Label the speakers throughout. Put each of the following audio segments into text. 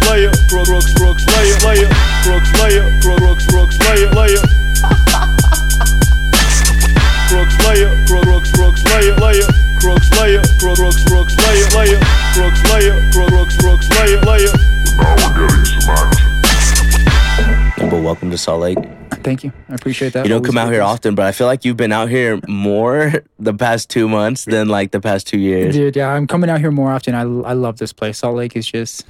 Speaker 1: Brooks, Brooks, Brooks, Slayer, Slayer, Brooks, Slayer, Brooks, Brooks, Slayer, Slayer. Brooks, Slayer, Brooks, Brooks, Slayer, Slayer. Brooks, Slayer, Brooks, Brooks, Slayer, Slayer. Brooks, Slayer, Brooks, Brooks, Slayer, Slayer.
Speaker 2: Now we're getting some action.
Speaker 3: But welcome to Salt Lake.
Speaker 4: Thank you. I appreciate that.
Speaker 3: You don't
Speaker 4: Always
Speaker 3: come out here
Speaker 4: good.
Speaker 3: often, but I feel like you've been out here more the past two months than like the past two years.
Speaker 4: Dude, yeah, I'm coming out here more often. I, I love this place. Salt Lake is just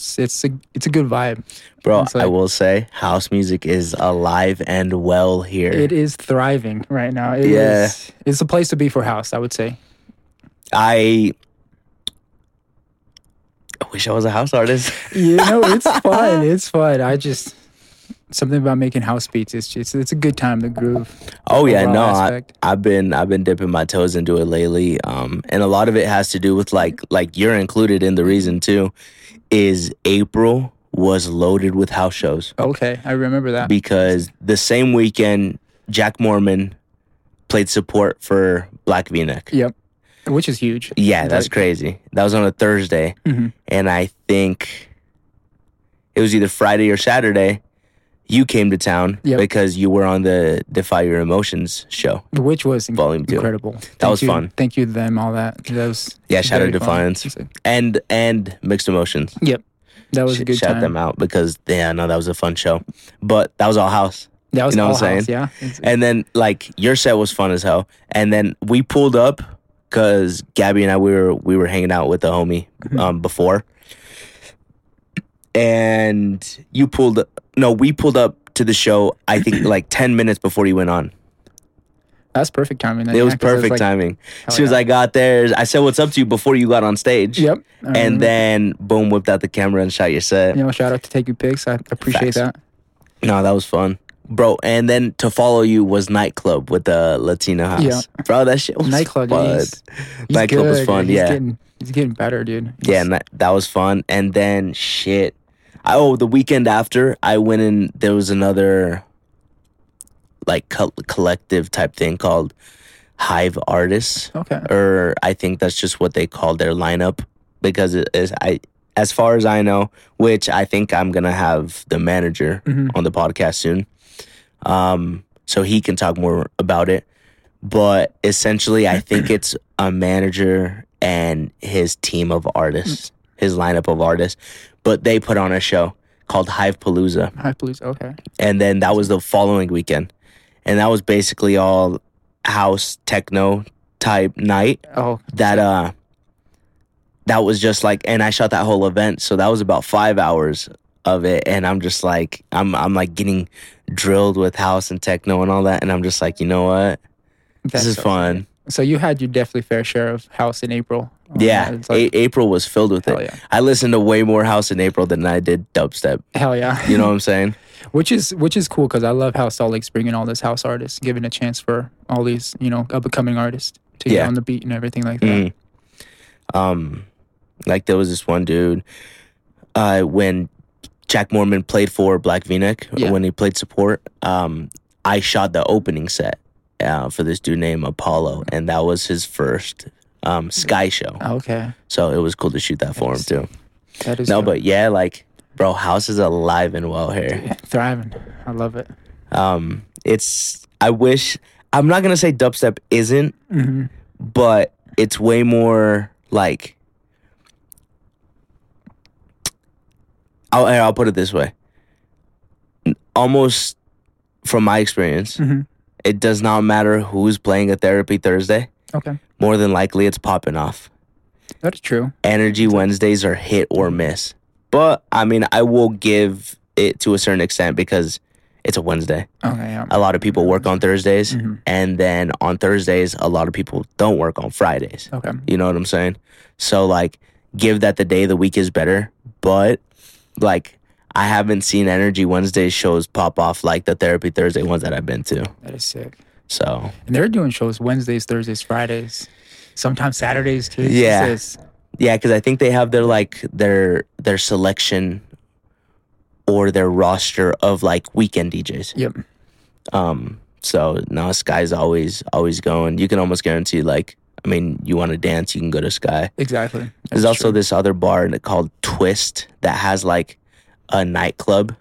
Speaker 4: it's it's a it's a good vibe.
Speaker 3: Bro,
Speaker 4: It's
Speaker 3: I
Speaker 4: like-
Speaker 3: will say house music is alive and well here.
Speaker 4: It is thriving right now. It
Speaker 3: Yeah.
Speaker 4: is- it's a place to be for house, I would say.
Speaker 3: I I wish I was a house artist.
Speaker 4: You know, it's fun. It's fun. I just something about making house beats. It's just it's a good time to groove.
Speaker 3: Oh yeah,
Speaker 4: overall
Speaker 3: no, I,
Speaker 4: aspect.
Speaker 3: I've been I've been dipping my toes into it lately, um, and a lot of it has to do with like like you're included in the reason too, is April was loaded with house shows
Speaker 4: Okay, I remember that.
Speaker 3: because the same weekend Jack Mormon played support for Black V-neck.
Speaker 4: yep, which is huge.
Speaker 3: Yeah, that's
Speaker 4: Like-
Speaker 3: crazy. That was on a Thursday,
Speaker 4: Mhm.
Speaker 3: and I think it was either Friday or Saturday. You came to town
Speaker 4: Yep.
Speaker 3: because you were on the Defy Your Emotions show.
Speaker 4: Which was
Speaker 3: Volume two.
Speaker 4: incredible. Thank
Speaker 3: was
Speaker 4: you-
Speaker 3: fun.
Speaker 4: Thank you to them, all that. That was
Speaker 3: Yeah, shout out
Speaker 4: very
Speaker 3: to
Speaker 4: fun.
Speaker 3: Defiance. and and mixed emotions.
Speaker 4: Yep, that was a
Speaker 3: Sh-
Speaker 4: good
Speaker 3: shout
Speaker 4: time.
Speaker 3: them out because yeah, no, that was a fun show. But that was all house.
Speaker 4: That was
Speaker 3: You know
Speaker 4: all
Speaker 3: what I'm
Speaker 4: house,
Speaker 3: saying?
Speaker 4: yeah. It's-
Speaker 3: And then like your set was fun as hell. And then we pulled up because Gabby and I we were we were hanging out with the homie
Speaker 4: Mm-hmm.
Speaker 3: um, before, and you pulled no we pulled up to the show I think like ten minutes before you went on.
Speaker 4: That's perfect timing. then,
Speaker 3: It
Speaker 4: yeah,
Speaker 3: was
Speaker 4: 'cause that's
Speaker 3: perfect
Speaker 4: like-
Speaker 3: timing. As soon as
Speaker 4: yeah.
Speaker 3: I got there, I said what's up to you before you got on stage.
Speaker 4: Yep. I remember.
Speaker 3: And then boom, whipped out the camera and shot your set.
Speaker 4: you know, shout out to Take Your Picks. I appreciate
Speaker 3: Facts.
Speaker 4: that.
Speaker 3: No, that was fun. Bro, and then to follow you was nightclub with the Latina house.
Speaker 4: Yeah.
Speaker 3: Bro, that shit was
Speaker 4: Nightclub,
Speaker 3: fun.
Speaker 4: dude, he's, he's
Speaker 3: Nightclub was
Speaker 4: good,
Speaker 3: fun,
Speaker 4: dude. He's
Speaker 3: yeah.
Speaker 4: getting, he's getting better, dude.
Speaker 3: yeah, and that, that was fun. And then shit. I, oh, the weekend after, I went in there was another like co- collective type thing called Hive Artists.
Speaker 4: Okay.
Speaker 3: Or I think that's just what they call their lineup because it is I as far as I know, which I think I'm gonna have the manager
Speaker 4: Mhm.
Speaker 3: on the podcast soon. Um, so he can talk more about it. But essentially, I think it's a manager and his team of artists, his lineup of artists. But they put on a show called Hive Palooza.
Speaker 4: High Blues. Okay.
Speaker 3: And then that was the following weekend. And that was basically all house techno type night
Speaker 4: Oh,
Speaker 3: that uh that was just like and I shot that whole event so that was about 5 hours of it and I'm just like I'm I'm like getting drilled with house and techno and all that and I'm just like you know what
Speaker 4: that's
Speaker 3: this is
Speaker 4: so-
Speaker 3: fun
Speaker 4: So you had your definitely fair share of house in April. Oh,
Speaker 3: yeah
Speaker 4: It's like,
Speaker 3: A- April was filled with
Speaker 4: hell
Speaker 3: it
Speaker 4: yeah.
Speaker 3: I listened to way more house in April than I did dubstep
Speaker 4: Hell yeah.
Speaker 3: you know what I'm saying
Speaker 4: which is which is cool because I love how Salt Lake's bringing all this house artists, giving a chance for all these you know up and coming artists to
Speaker 3: Yeah.
Speaker 4: get on the beat and everything like that.
Speaker 3: Mm. Um, like there was this one dude. Uh, when Jack Mormon played for Black V-neck, uh,
Speaker 4: Yeah.
Speaker 3: when he played support, um, I shot the opening set uh, for this dude named Apollo, and that was his first um Sky show.
Speaker 4: Okay,
Speaker 3: So it was cool to shoot that for him
Speaker 4: Nice.
Speaker 3: too.
Speaker 4: that is
Speaker 3: No,
Speaker 4: dope.
Speaker 3: but yeah, like bro, house is alive and well here.
Speaker 4: Yeah, thriving. I love it.
Speaker 3: Um, it's I wish I'm not gonna say dubstep isn't
Speaker 4: hmm
Speaker 3: but it's way more like I'll, I'll put it this way almost from my experience
Speaker 4: Mhm.
Speaker 3: it does not matter who's playing a therapy thursday
Speaker 4: Okay,
Speaker 3: more than likely it's popping off
Speaker 4: that is true.
Speaker 3: energy wednesdays are hit or miss but i mean i will give it to a certain extent because it's a wednesday
Speaker 4: Okay, yeah.
Speaker 3: a lot of people work on thursdays
Speaker 4: Mhm.
Speaker 3: and then on thursdays a lot of people don't work on fridays
Speaker 4: Okay,
Speaker 3: you know what I'm saying? So like give that the day the week is better, but like I haven't seen Energy Wednesday shows pop off like the Therapy Thursday ones that I've been to.
Speaker 4: that is sick.
Speaker 3: So
Speaker 4: And they're doing shows Wednesdays, Thursdays, Fridays, sometimes Saturdays too. It's
Speaker 3: Yeah.
Speaker 4: just-
Speaker 3: yeah, because I think they have their like their their selection or their roster of like weekend DJs.
Speaker 4: Yep.
Speaker 3: Um. So no, Sky's always always going. You can almost guarantee like. I mean, you want to dance, you can go to Sky.
Speaker 4: Exactly. That's
Speaker 3: There's also
Speaker 4: true.
Speaker 3: this other bar called Twist that has like a nightclub,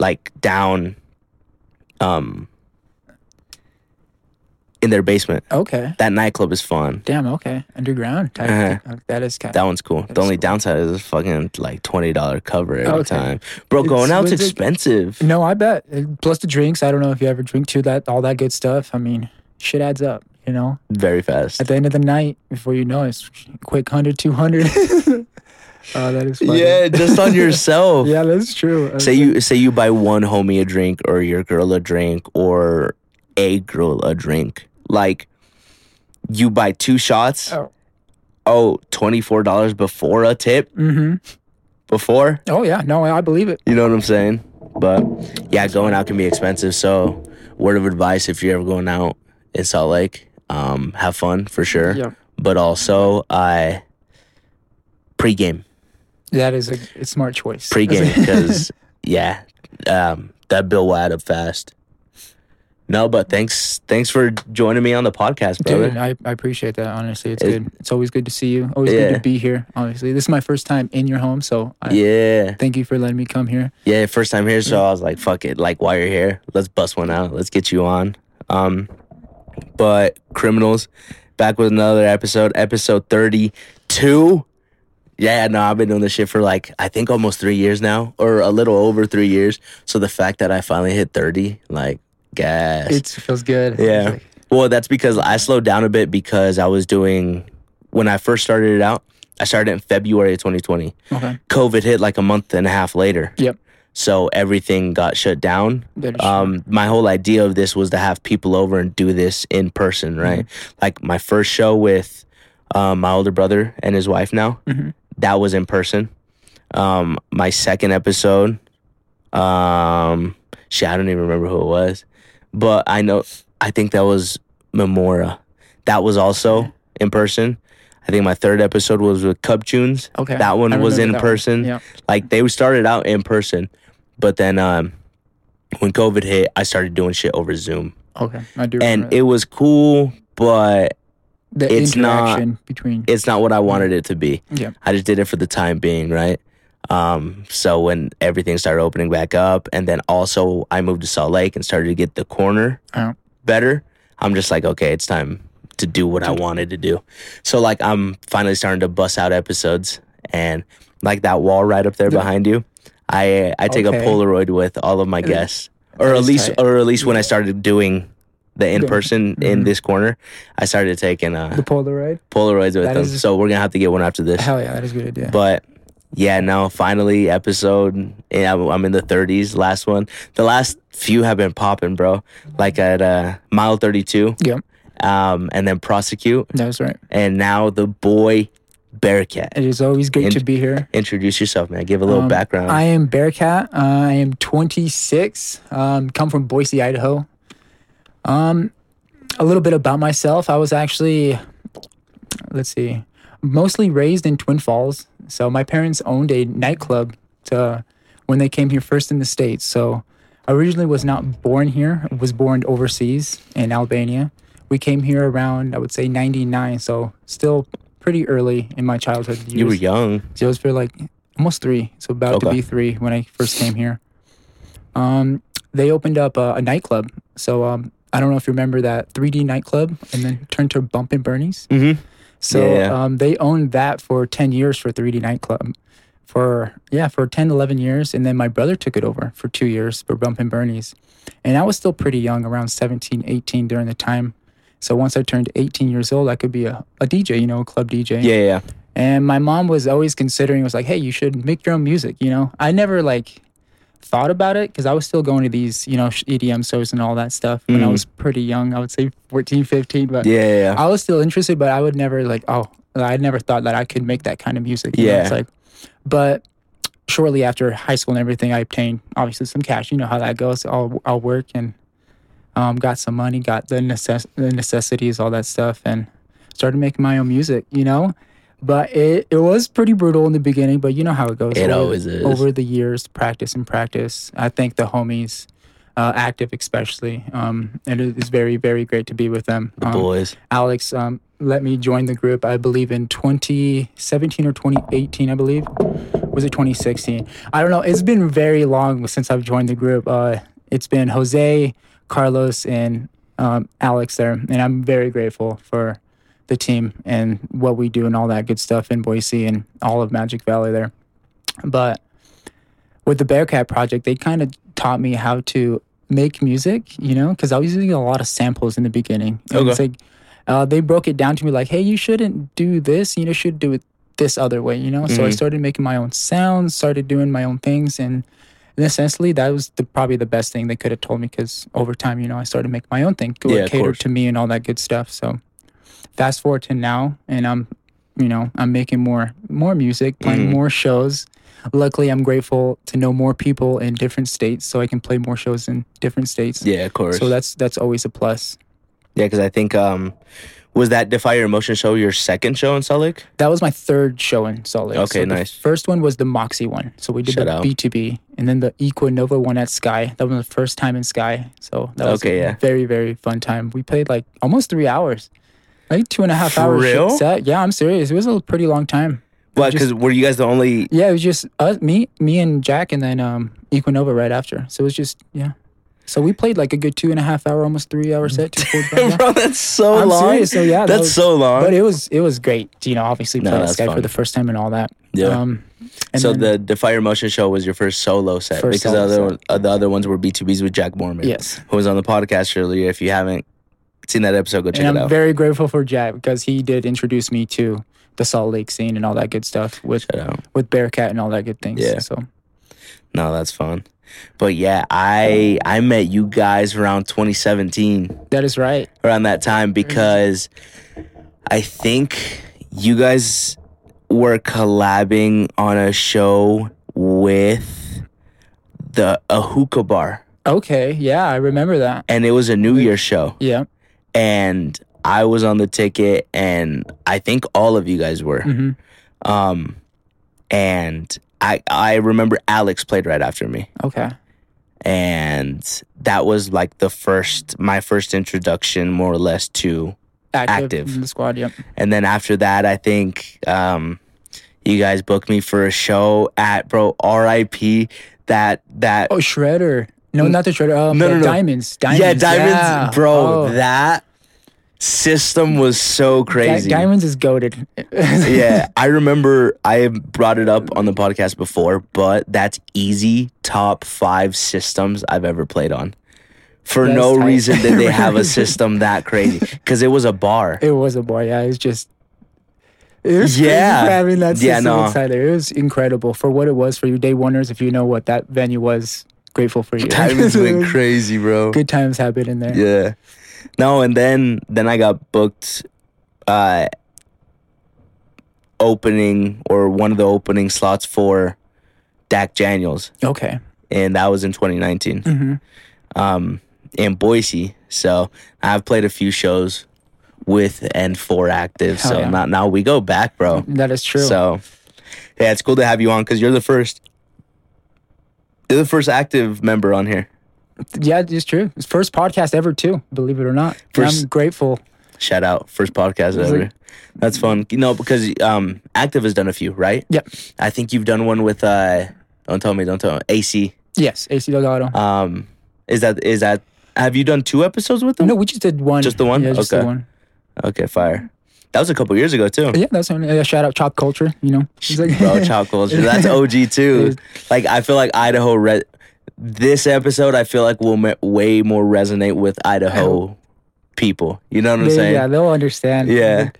Speaker 3: like down, um, in their basement.
Speaker 4: Okay.
Speaker 3: That nightclub is fun.
Speaker 4: Damn. Okay. Underground. Type
Speaker 3: Uh-huh.
Speaker 4: thing. That is kind.
Speaker 3: That one's cool.
Speaker 4: That
Speaker 3: the
Speaker 4: is
Speaker 3: only
Speaker 4: cool.
Speaker 3: downside is the fucking like twenty dollar cover every
Speaker 4: Okay.
Speaker 3: time. Bro,
Speaker 4: It's-
Speaker 3: going out's
Speaker 4: was it-
Speaker 3: expensive.
Speaker 4: no, I bet. And Plus the drinks. I don't know if you ever drink to that. All that good stuff. I mean, shit adds up. You know.
Speaker 3: Very fast.
Speaker 4: At the end of the night, before you know it, it's quick 100, 200. oh, that is funny.
Speaker 3: Yeah, just on yourself.
Speaker 4: Yeah, that's true. That's
Speaker 3: Say you say you buy one homie a drink or your girl a drink or a girl a drink. Like you buy two shots.
Speaker 4: Oh.
Speaker 3: Oh, $24 before a tip?
Speaker 4: Mm-hmm.
Speaker 3: Before?
Speaker 4: Oh yeah, no, I believe it.
Speaker 3: You know what I'm saying? But yeah, going out can be expensive. So, word of advice if you're ever going out in Salt Lake, um, have fun for sure.
Speaker 4: Yeah.
Speaker 3: But also, uh, pregame,
Speaker 4: That is a, a smart choice.
Speaker 3: pregame, because yeah, um, that bill will add up fast. No, but thanks, thanks for joining me on the podcast, brother.
Speaker 4: Dude, I, I appreciate that. Honestly, it's
Speaker 3: It-
Speaker 4: good. It's always good to see you. Always good
Speaker 3: Yeah.
Speaker 4: to be here. Honestly, this is my first time in your home, so I
Speaker 3: yeah,
Speaker 4: thank you for letting me come here.
Speaker 3: yeah. First time here, so I was like, "Fuck it!" Like, while you're here, let's bust one out. Let's get you on. Um, but criminals, back with another episode, episode thirty-two. Yeah, no, I've been doing this shit for like I think almost three years now, or a little over three years. So the fact that I finally hit thirty, like, gas.
Speaker 4: It feels good.
Speaker 3: Yeah.
Speaker 4: It's like-
Speaker 3: Well, that's because I slowed down a bit because I was doing when I first started it out. I started in February of 2020.
Speaker 4: okay.
Speaker 3: COVID hit like a month and a half later.
Speaker 4: Yep.
Speaker 3: So everything got shut down.
Speaker 4: That is-
Speaker 3: Um, my whole idea of this was to have people over and do this in person, right? Like my first show with um, my older brother and his wife now,
Speaker 4: Mhm.
Speaker 3: that was in person. Um, my second episode, um, shit, I don't even remember who it was, but I know, I think that was Memora. That was also in person. I think my third episode was with Cub Tunes.
Speaker 4: okay.
Speaker 3: That one
Speaker 4: I
Speaker 3: was
Speaker 4: remember
Speaker 3: in
Speaker 4: that one.
Speaker 3: person
Speaker 4: Yeah.
Speaker 3: like they started out in person, but then um, when COVID hit, I started doing shit over Zoom,
Speaker 4: Okay. I do.
Speaker 3: and
Speaker 4: remember
Speaker 3: it was cool, but
Speaker 4: that. the
Speaker 3: it's not-
Speaker 4: interaction between.
Speaker 3: it's not what I wanted it to be.
Speaker 4: yeah.
Speaker 3: I just did it for the time being, right? Um, so when everything started opening back up, and then also I moved to Salt Lake and started to get the corner
Speaker 4: Oh.
Speaker 3: better, I'm just like, okay, it's time to do what I wanted to do. So like I'm finally starting to bust out episodes, and like that wall right up there
Speaker 4: Yeah.
Speaker 3: behind you, I I take
Speaker 4: Okay.
Speaker 3: a Polaroid with all of my
Speaker 4: That is-
Speaker 3: guests, or
Speaker 4: that
Speaker 3: at
Speaker 4: is
Speaker 3: least
Speaker 4: tight.
Speaker 3: or at least when I started doing. The in person in
Speaker 4: Mhm.
Speaker 3: this corner, I started taking uh,
Speaker 4: The Polaroid.
Speaker 3: Polaroids with
Speaker 4: That
Speaker 3: them.
Speaker 4: is-
Speaker 3: So we're gonna have to get one after this.
Speaker 4: Hell yeah, that is a good idea.
Speaker 3: But yeah, no, finally episode. Yeah, I'm I'm in the 30s. Last one. The last few have been popping, bro. Like at uh, mile 32.
Speaker 4: Yep.
Speaker 3: Um, and then prosecute,
Speaker 4: That's right.
Speaker 3: and now the boy Bearcat.
Speaker 4: It is always great
Speaker 3: And-
Speaker 4: to be here.
Speaker 3: Introduce yourself, man. Give a little
Speaker 4: Um,
Speaker 3: background.
Speaker 4: I am Bearcat. Uh, I am 26. Um, come from Boise, Idaho. Um, a little bit about myself. I was actually, let's see, mostly raised in Twin Falls. So my parents owned a nightclub to, when they came here first in the states. So I originally was not born here. I was born overseas in Albania. We came here around I would say 99. So still pretty early in my childhood years.
Speaker 3: you were young.
Speaker 4: So it was for like almost three, so about to
Speaker 3: Okay.
Speaker 4: be three when I first came here. Um, they opened up uh, a, a nightclub. So um, I don't know if you remember that 3D nightclub, and then turned to Bump and Bernie's.
Speaker 3: Mm-hmm.
Speaker 4: So
Speaker 3: Yeah, yeah.
Speaker 4: um, they owned that for 10 years for 3D nightclub. For yeah, for 10, 11 years, and then my brother took it over for two years for Bump and Bernie's, and I was still pretty young, around 17, 18 during the time. So once I turned 18 years old, I could be a, a DJ, you know, a club DJ.
Speaker 3: Yeah, yeah.
Speaker 4: And my mom was always considering, was like, hey, you should make your own music, you know? I never like thought about it because I was still going to these, you know, sh- E EDM shows and all that stuff when I
Speaker 3: Mhm.
Speaker 4: was pretty young. I would say 14, 15, but
Speaker 3: Yeah, yeah. yeah.
Speaker 4: I was still interested, but I would never like, oh, I never thought that I could make that kind of music. you know?
Speaker 3: Yeah.
Speaker 4: It's like, but shortly after high school and everything, I obtained obviously some cash. You know how that goes. I'll, I'll work and um, got some money, got the, necess- the necessities, all that stuff, and started making my own music, you know? But it, it was pretty brutal in the beginning, but you know how it goes.
Speaker 3: It always is.
Speaker 4: Over the years, practice and practice. I think the homies, uh, active especially, um, and it is very, very great to be with them.
Speaker 3: the
Speaker 4: Um,
Speaker 3: boys.
Speaker 4: Alex um, let me join the group, I believe in 2017 or 2018, I believe. was it 2016? I don't know. It's been very long since I've joined the group. Uh, it's been Jose, Carlos, and um, Alex there, and I'm very grateful for the team and what we do and all that good stuff in Boise and all of Magic Valley there. But with the Bearcat project, they kind of taught me how to make music, you know, because I was using a lot of samples in the beginning. And It's
Speaker 3: Okay.
Speaker 4: like uh, they broke it down to me like, hey, you shouldn't do this. You know, you should do it this other way, you know? So I
Speaker 3: Mhm.
Speaker 4: started making my own sounds, started doing my own things. And, and essentially, that was the, probably the best thing they could have told me because over time, you know, I started to make my own thing,
Speaker 3: Yeah,
Speaker 4: yeah,
Speaker 3: of
Speaker 4: catered
Speaker 3: course.
Speaker 4: to me and all that good stuff. So fast forward to now, and I'm, you know, I'm making more more music, playing
Speaker 3: Mhm.
Speaker 4: more shows. Luckily, I'm grateful to know more people in different states, so I can play more shows in different states.
Speaker 3: Yeah, of course.
Speaker 4: So that's that's always a plus.
Speaker 3: yeah, because I think um, was that Defy Your Emotion show your second show in Salt Lake?
Speaker 4: That was my third show in Salt Lake.
Speaker 3: Okay,
Speaker 4: So
Speaker 3: nice.
Speaker 4: The first one was the Moxie one. So we did
Speaker 3: Shout
Speaker 4: the
Speaker 3: out.
Speaker 4: B2B and then the Equinova one at Sky. That was the first time in Sky. So that was
Speaker 3: Okay,
Speaker 4: a
Speaker 3: yeah.
Speaker 4: very, very fun time. We played like almost three hours, like two and a half
Speaker 3: For
Speaker 4: hours
Speaker 3: real?
Speaker 4: set. Yeah, I'm serious. It was a pretty long time.
Speaker 3: Well,
Speaker 4: just-
Speaker 3: because were you guys the only?
Speaker 4: Yeah, it was just us, me, me and Jack, and then um, Equinova right after. So it was just yeah. So we played like a good two and a half hour, almost three hour set. two full drums, yeah.
Speaker 3: Bro, that's so
Speaker 4: I'm
Speaker 3: long.
Speaker 4: serious. So yeah, that
Speaker 3: that's
Speaker 4: was-
Speaker 3: so long.
Speaker 4: But it was it was great. You know, obviously
Speaker 3: No,
Speaker 4: playing
Speaker 3: that's
Speaker 4: this guy for
Speaker 3: fun.
Speaker 4: the first time and all that.
Speaker 3: Yeah.
Speaker 4: Um, and
Speaker 3: so
Speaker 4: then-
Speaker 3: the Defy Your Emotion show was your first solo set
Speaker 4: First
Speaker 3: because the
Speaker 4: solo
Speaker 3: other
Speaker 4: set,
Speaker 3: one, uh, the other ones were B2Bs with Jack Mormon.
Speaker 4: yes.
Speaker 3: who was on the podcast earlier. If you haven't seen that episode, go check
Speaker 4: and
Speaker 3: it
Speaker 4: I'm
Speaker 3: out.
Speaker 4: very grateful for Jack because he did introduce me to the Salt Lake scene and all that good stuff with
Speaker 3: Check it out.
Speaker 4: with Bearcat and all that good things.
Speaker 3: Yeah.
Speaker 4: So
Speaker 3: No, that's fun. But yeah, I I met you guys around 2017,
Speaker 4: that is right.
Speaker 3: around that time
Speaker 4: Mm-hmm.
Speaker 3: because I think you guys were collabing on a show with the a hookah bar,
Speaker 4: Okay. Yeah, I remember that.
Speaker 3: and it was a New
Speaker 4: Mm-hmm.
Speaker 3: Year's show,
Speaker 4: Yeah.
Speaker 3: and I was on the ticket, and I think all of you guys were.
Speaker 4: hmm
Speaker 3: Um, and I I remember Alex played right after me,
Speaker 4: Okay.
Speaker 3: and that was like the first my first introduction, more or less, to. Active.
Speaker 4: in the squad. Yep.
Speaker 3: And then after that, I think um, you guys booked me for a show at bro R.I.P. That that
Speaker 4: Oh, Shredder. No,
Speaker 3: N-
Speaker 4: not the Shredder. Um,
Speaker 3: no,
Speaker 4: the
Speaker 3: no, no.
Speaker 4: Diamonds. Diamonds.
Speaker 3: yeah diamonds,
Speaker 4: yeah.
Speaker 3: bro.
Speaker 4: Oh.
Speaker 3: That system was so crazy.
Speaker 4: Di- diamonds is goaded.
Speaker 3: yeah, I remember I brought it up on the podcast before, but that's easy top five systems I've ever played on. For
Speaker 4: That's
Speaker 3: no
Speaker 4: tight.
Speaker 3: reason did they have a
Speaker 4: Reason.
Speaker 3: system that crazy because it was a bar.
Speaker 4: It was a boy. Yeah, it's just. It was
Speaker 3: Yeah.
Speaker 4: yeah. for having that
Speaker 3: Yeah,
Speaker 4: system
Speaker 3: no.
Speaker 4: inside there. It was incredible for what it was for you. Day wonders, if you know what that venue was, grateful for you.
Speaker 3: Diamonds went crazy, bro.
Speaker 4: Good times happen in there.
Speaker 3: Yeah. No, and then then I got booked uh opening or one of the opening slots for Dak Daniels.
Speaker 4: Okay.
Speaker 3: And that was in twenty nineteen.
Speaker 4: hmm
Speaker 3: um, in Boise. So I've played a few shows with and for active.
Speaker 4: Hell
Speaker 3: so
Speaker 4: yeah.
Speaker 3: now, now we go back, bro.
Speaker 4: That is true.
Speaker 3: So yeah, it's cool to have you on because you're the first. You're the first active member on here.
Speaker 4: yeah, it's true. It's first podcast ever too. Believe it or not. And I'm
Speaker 3: First-
Speaker 4: grateful.
Speaker 3: Shout out, first podcast
Speaker 4: It's
Speaker 3: ever.
Speaker 4: like-
Speaker 3: That's fun. You know, because um, active has done a few, right?
Speaker 4: Yep.
Speaker 3: I think you've done one with. Uh, don't tell me. Don't tell me. AC.
Speaker 4: Yes, AC Delgado.
Speaker 3: Um, is that is that? Have you done two episodes with them?
Speaker 4: no, we just did one.
Speaker 3: Uh, Just the one?
Speaker 4: Yeah, just
Speaker 3: Okay.
Speaker 4: the one.
Speaker 3: Okay, fire. That was a couple years ago too.
Speaker 4: Yeah, that's one. Yeah, shout out Chop Culture. You know, It's like-
Speaker 3: bro chop culture that's og too like i feel like idaho re- this episode i feel like will ma- way more resonate with idaho people you know what i'm
Speaker 4: They- yeah,
Speaker 3: saying
Speaker 4: they'll understand.
Speaker 3: yeah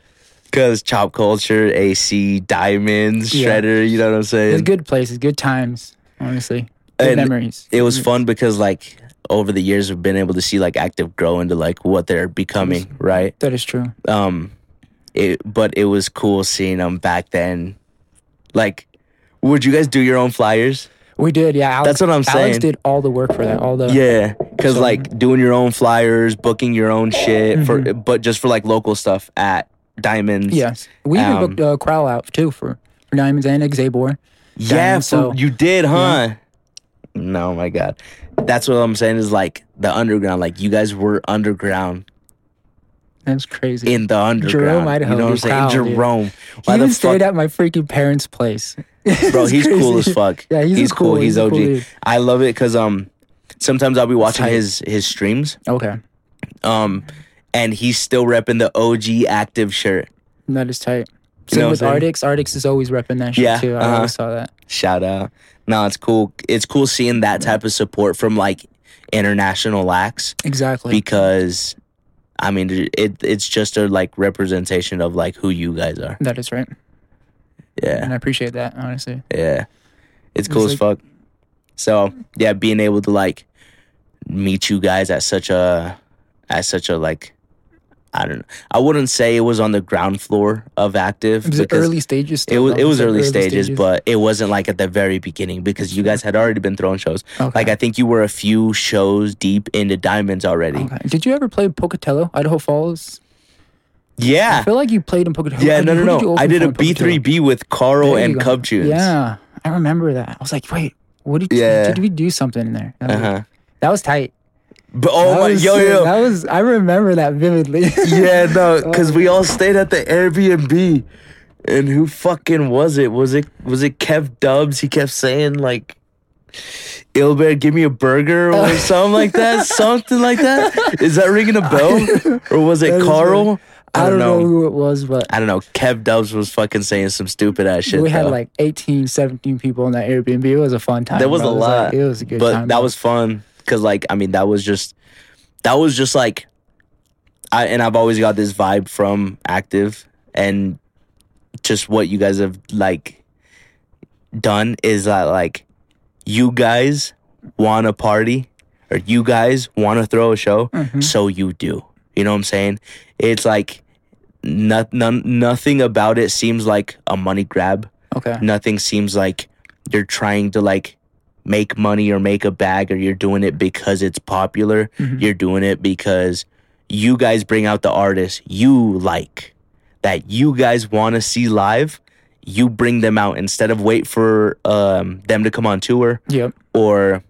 Speaker 3: because chop culture ac diamonds
Speaker 4: Yeah.
Speaker 3: shredder you know what i'm
Speaker 4: It's
Speaker 3: saying
Speaker 4: good places, good times. Honestly,
Speaker 3: And
Speaker 4: good memories.
Speaker 3: it was fun because like over the years we've been able to see like active grow into like what they're becoming right
Speaker 4: That is true.
Speaker 3: um it but it was cool seeing them back then like would you guys do your own flyers
Speaker 4: We did, yeah. Alex,
Speaker 3: That's what I'm
Speaker 4: Alex
Speaker 3: saying.
Speaker 4: did all the work for that. All the
Speaker 3: Yeah, because
Speaker 4: So-
Speaker 3: like doing your own flyers, booking your own shit for,
Speaker 4: Mm-hmm.
Speaker 3: but just for like local stuff at Diamonds.
Speaker 4: yes. We even
Speaker 3: Um,
Speaker 4: booked uh, Crowl out too for, for Diamonds and Xabor.
Speaker 3: yeah, for,
Speaker 4: Diamonds, so- Mm-hmm.
Speaker 3: you did, huh? No, my God, that's what I'm saying is like the underground. Like you guys were underground
Speaker 4: That's crazy.
Speaker 3: in the underground.
Speaker 4: Idaho,
Speaker 3: you know what I'm
Speaker 4: you're
Speaker 3: saying?
Speaker 4: proud, dude.
Speaker 3: Jerome.
Speaker 4: he
Speaker 3: Why
Speaker 4: even
Speaker 3: the
Speaker 4: stayed
Speaker 3: fuck,
Speaker 4: at my freaking parents' place.
Speaker 3: bro?
Speaker 4: It's
Speaker 3: He's cool as
Speaker 4: crazy.
Speaker 3: fuck.
Speaker 4: Yeah, he's, a
Speaker 3: cool. He's
Speaker 4: a
Speaker 3: OG.
Speaker 4: cool dude.
Speaker 3: I love it because um, sometimes I'll be watching
Speaker 4: tight.
Speaker 3: his his streams
Speaker 4: okay,
Speaker 3: um, and he's still repping the OG active shirt.
Speaker 4: that is tight.
Speaker 3: You
Speaker 4: Same
Speaker 3: know
Speaker 4: with
Speaker 3: what I'm saying?
Speaker 4: Artix. Artix is always repping that shit
Speaker 3: Yeah,
Speaker 4: too. I
Speaker 3: uh-huh.
Speaker 4: always saw that.
Speaker 3: Shout out. No, it's cool. It's cool seeing that type of support from like international acts.
Speaker 4: Exactly.
Speaker 3: because I mean it it's just a like representation of like who you guys are.
Speaker 4: that is right,
Speaker 3: Yeah.
Speaker 4: and I appreciate that honestly.
Speaker 3: Yeah. It's cool
Speaker 4: It's
Speaker 3: as fuck. So, yeah, being able to like meet you guys at such a at such a like I don't know. I wouldn't say it was on the ground floor of active
Speaker 4: It was
Speaker 3: because
Speaker 4: early stages.
Speaker 3: it
Speaker 4: still,
Speaker 3: was
Speaker 4: though.
Speaker 3: it was
Speaker 4: like
Speaker 3: early, stages, but it wasn't like at the very beginning because you guys had already been throwing shows.
Speaker 4: Okay.
Speaker 3: Like I think you were a few shows deep into Diamonds already.
Speaker 4: Okay. Did you ever play Pocatello, Idaho Falls?
Speaker 3: Yeah.
Speaker 4: I feel like you played in Pocatello.
Speaker 3: Yeah,
Speaker 4: Who-
Speaker 3: no,
Speaker 4: who
Speaker 3: no,
Speaker 4: you
Speaker 3: no. I
Speaker 4: open
Speaker 3: did a
Speaker 4: for in Pocatello?
Speaker 3: B3B with Carl
Speaker 4: There you
Speaker 3: and
Speaker 4: go.
Speaker 3: Cub Tunes.
Speaker 4: Yeah, I remember that. I was like, wait, what did
Speaker 3: Yeah.
Speaker 4: you, did we do something in there? That was,
Speaker 3: Uh-huh.
Speaker 4: that was tight.
Speaker 3: But oh
Speaker 4: that
Speaker 3: my,
Speaker 4: was,
Speaker 3: yo, yo.
Speaker 4: that Oh, was. I remember that vividly.
Speaker 3: yeah, no, because we all stayed at the Airbnb. And who fucking was it? Was it was it Kev Dubs? He kept saying like, "Ilbert, give me a burger" or something like that. Something like that. Is that ringing a bell? Or was it
Speaker 4: That is
Speaker 3: Carl?
Speaker 4: funny. I don't know. who it was, but
Speaker 3: I don't know. Kev Dubs was fucking saying some stupid ass shit.
Speaker 4: we had
Speaker 3: though.
Speaker 4: like 18, 17 people in that Airbnb. It was a fun time.
Speaker 3: That was
Speaker 4: bro.
Speaker 3: a
Speaker 4: It like-
Speaker 3: lot.
Speaker 4: it was a good
Speaker 3: but
Speaker 4: time.
Speaker 3: that
Speaker 4: bro.
Speaker 3: was fun because like i mean that was just that was just like i and i've always got this vibe from active and just what you guys have like done is that like you guys want to party or you guys want to throw a show
Speaker 4: Mm-hmm.
Speaker 3: so you do you know what i'm saying it's like not, none, nothing about it seems like a money grab
Speaker 4: okay.
Speaker 3: nothing seems like you're trying to like make money or make a bag or you're doing it because it's popular
Speaker 4: Mm-hmm.
Speaker 3: you're doing it because you guys bring out the artists you like that you guys want to see live you bring them out instead of wait for um, them to come on tour
Speaker 4: Yep.
Speaker 3: or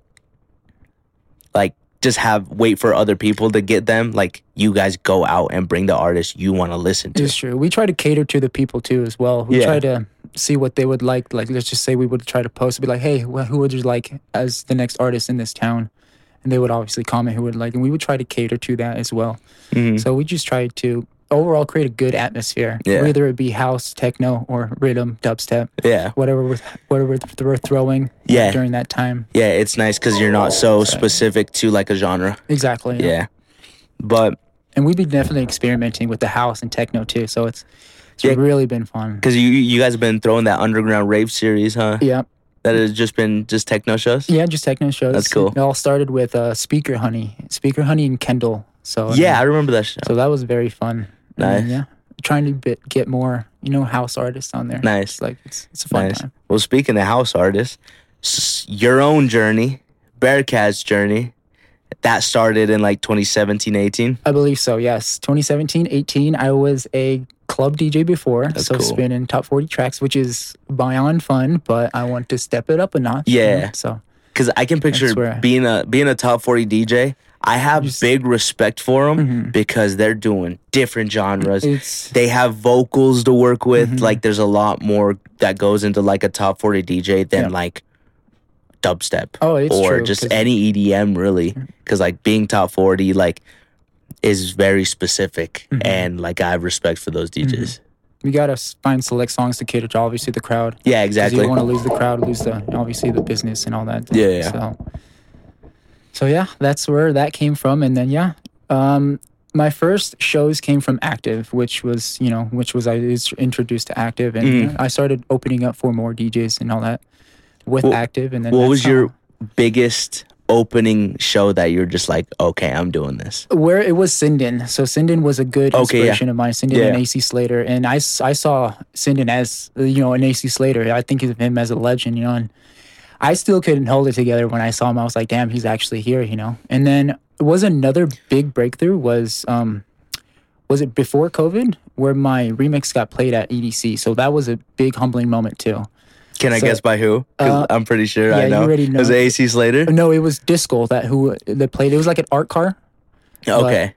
Speaker 3: like just have wait for other people to get them like you guys go out and bring the artists you want to listen to
Speaker 4: It's true. We try to cater to the people too, as well. We
Speaker 3: Yeah.
Speaker 4: try to see what they would like. Like, let's just say we would try to post, be like, "Hey, wh- who would you like as the next artist in this town?" And they would obviously comment who would like, and we would try to cater to that as well.
Speaker 3: Mhm.
Speaker 4: So we just try to overall create a good atmosphere,
Speaker 3: Yeah.
Speaker 4: whether it be house, techno, or rhythm, dubstep,
Speaker 3: yeah
Speaker 4: whatever we're, whatever we're th- we're throwing
Speaker 3: Yeah.
Speaker 4: during that time.
Speaker 3: Yeah, it's nice because you're not so specific to like a genre.
Speaker 4: Exactly.
Speaker 3: Yeah, but
Speaker 4: And we've been definitely experimenting with the house and techno too. So it's it's
Speaker 3: Yeah.
Speaker 4: really been fun.
Speaker 3: because you you guys have been throwing that underground rave series, huh?
Speaker 4: Yeah.
Speaker 3: That has just been just techno shows.
Speaker 4: Yeah, just techno shows.
Speaker 3: That's cool.
Speaker 4: It all started with uh, Speaker Honey, Speaker Honey and Kendall. So I
Speaker 3: Yeah, I
Speaker 4: mean,
Speaker 3: remember that show.
Speaker 4: so that was very fun. And then,
Speaker 3: Nice.
Speaker 4: yeah, trying to bit, get more, you know, house artists on there.
Speaker 3: Nice.
Speaker 4: It's like it's, it's a fun
Speaker 3: nice.
Speaker 4: time.
Speaker 3: Well, speaking of house artists, s- your own journey, Bearcat's journey, that started in like 2017, 18.
Speaker 4: I believe so. Yes, 2017, 18. I was a club DJ before, so
Speaker 3: cool.
Speaker 4: spinning top 40 tracks, which is beyond fun. But I want to step it up a notch. you know?
Speaker 3: Yeah.
Speaker 4: So
Speaker 3: Because I can picture
Speaker 4: That's where-
Speaker 3: being a being a top 40 DJ. I have
Speaker 4: Just-
Speaker 3: big respect for
Speaker 4: Mm-hmm.
Speaker 3: them because they're doing different genres.
Speaker 4: it's
Speaker 3: they have vocals to work with.
Speaker 4: Mm-hmm.
Speaker 3: Like there's a lot more that goes into like a top 40 DJ than
Speaker 4: Yeah.
Speaker 3: like dubstep
Speaker 4: Oh, it's
Speaker 3: or
Speaker 4: true,
Speaker 3: just
Speaker 4: 'cause-
Speaker 3: any EDM really. Cause like being top 40 like is very specific
Speaker 4: Mm-hmm.
Speaker 3: and like I have respect for those DJs.
Speaker 4: we gotta s- find select songs to cater to obviously the crowd.
Speaker 3: Yeah,
Speaker 4: Because
Speaker 3: exactly.
Speaker 4: You don't want to lose the crowd, lose the obviously the business and all that.
Speaker 3: Yeah, yeah.
Speaker 4: So, so yeah, that's where that came from, and then yeah, um, my first shows came from Active, which was you know which was I was introduced to Active, and you
Speaker 3: Mm.
Speaker 4: know, I started opening up for more DJs and all that with
Speaker 3: Well,
Speaker 4: Active, and then
Speaker 3: what
Speaker 4: that's
Speaker 3: was your
Speaker 4: how-
Speaker 3: biggest opening show that you're just like, okay, I'm doing this?
Speaker 4: where it was Sinden. So Sinden was a good
Speaker 3: Okay, yeah.
Speaker 4: inspiration of mine. Sinden
Speaker 3: Yeah.
Speaker 4: and AC Slater, and I, s- I saw Sinden as uh, you know an AC Slater. I think of him as a legend, you know. And I still couldn't hold it together when I saw him. I was like, damn, he's actually here, you know. And then it was another big breakthrough was um was it before COVID where my remix got played at EDC. So that was a big humbling moment too.
Speaker 3: Can I
Speaker 4: So-
Speaker 3: guess by who? 'Cause
Speaker 4: Uh,
Speaker 3: I'm pretty sure
Speaker 4: yeah,
Speaker 3: I
Speaker 4: you
Speaker 3: know.
Speaker 4: already know.
Speaker 3: Was it AC Slater?
Speaker 4: No, it was Disco that who that played. It was like an art car.
Speaker 3: Okay.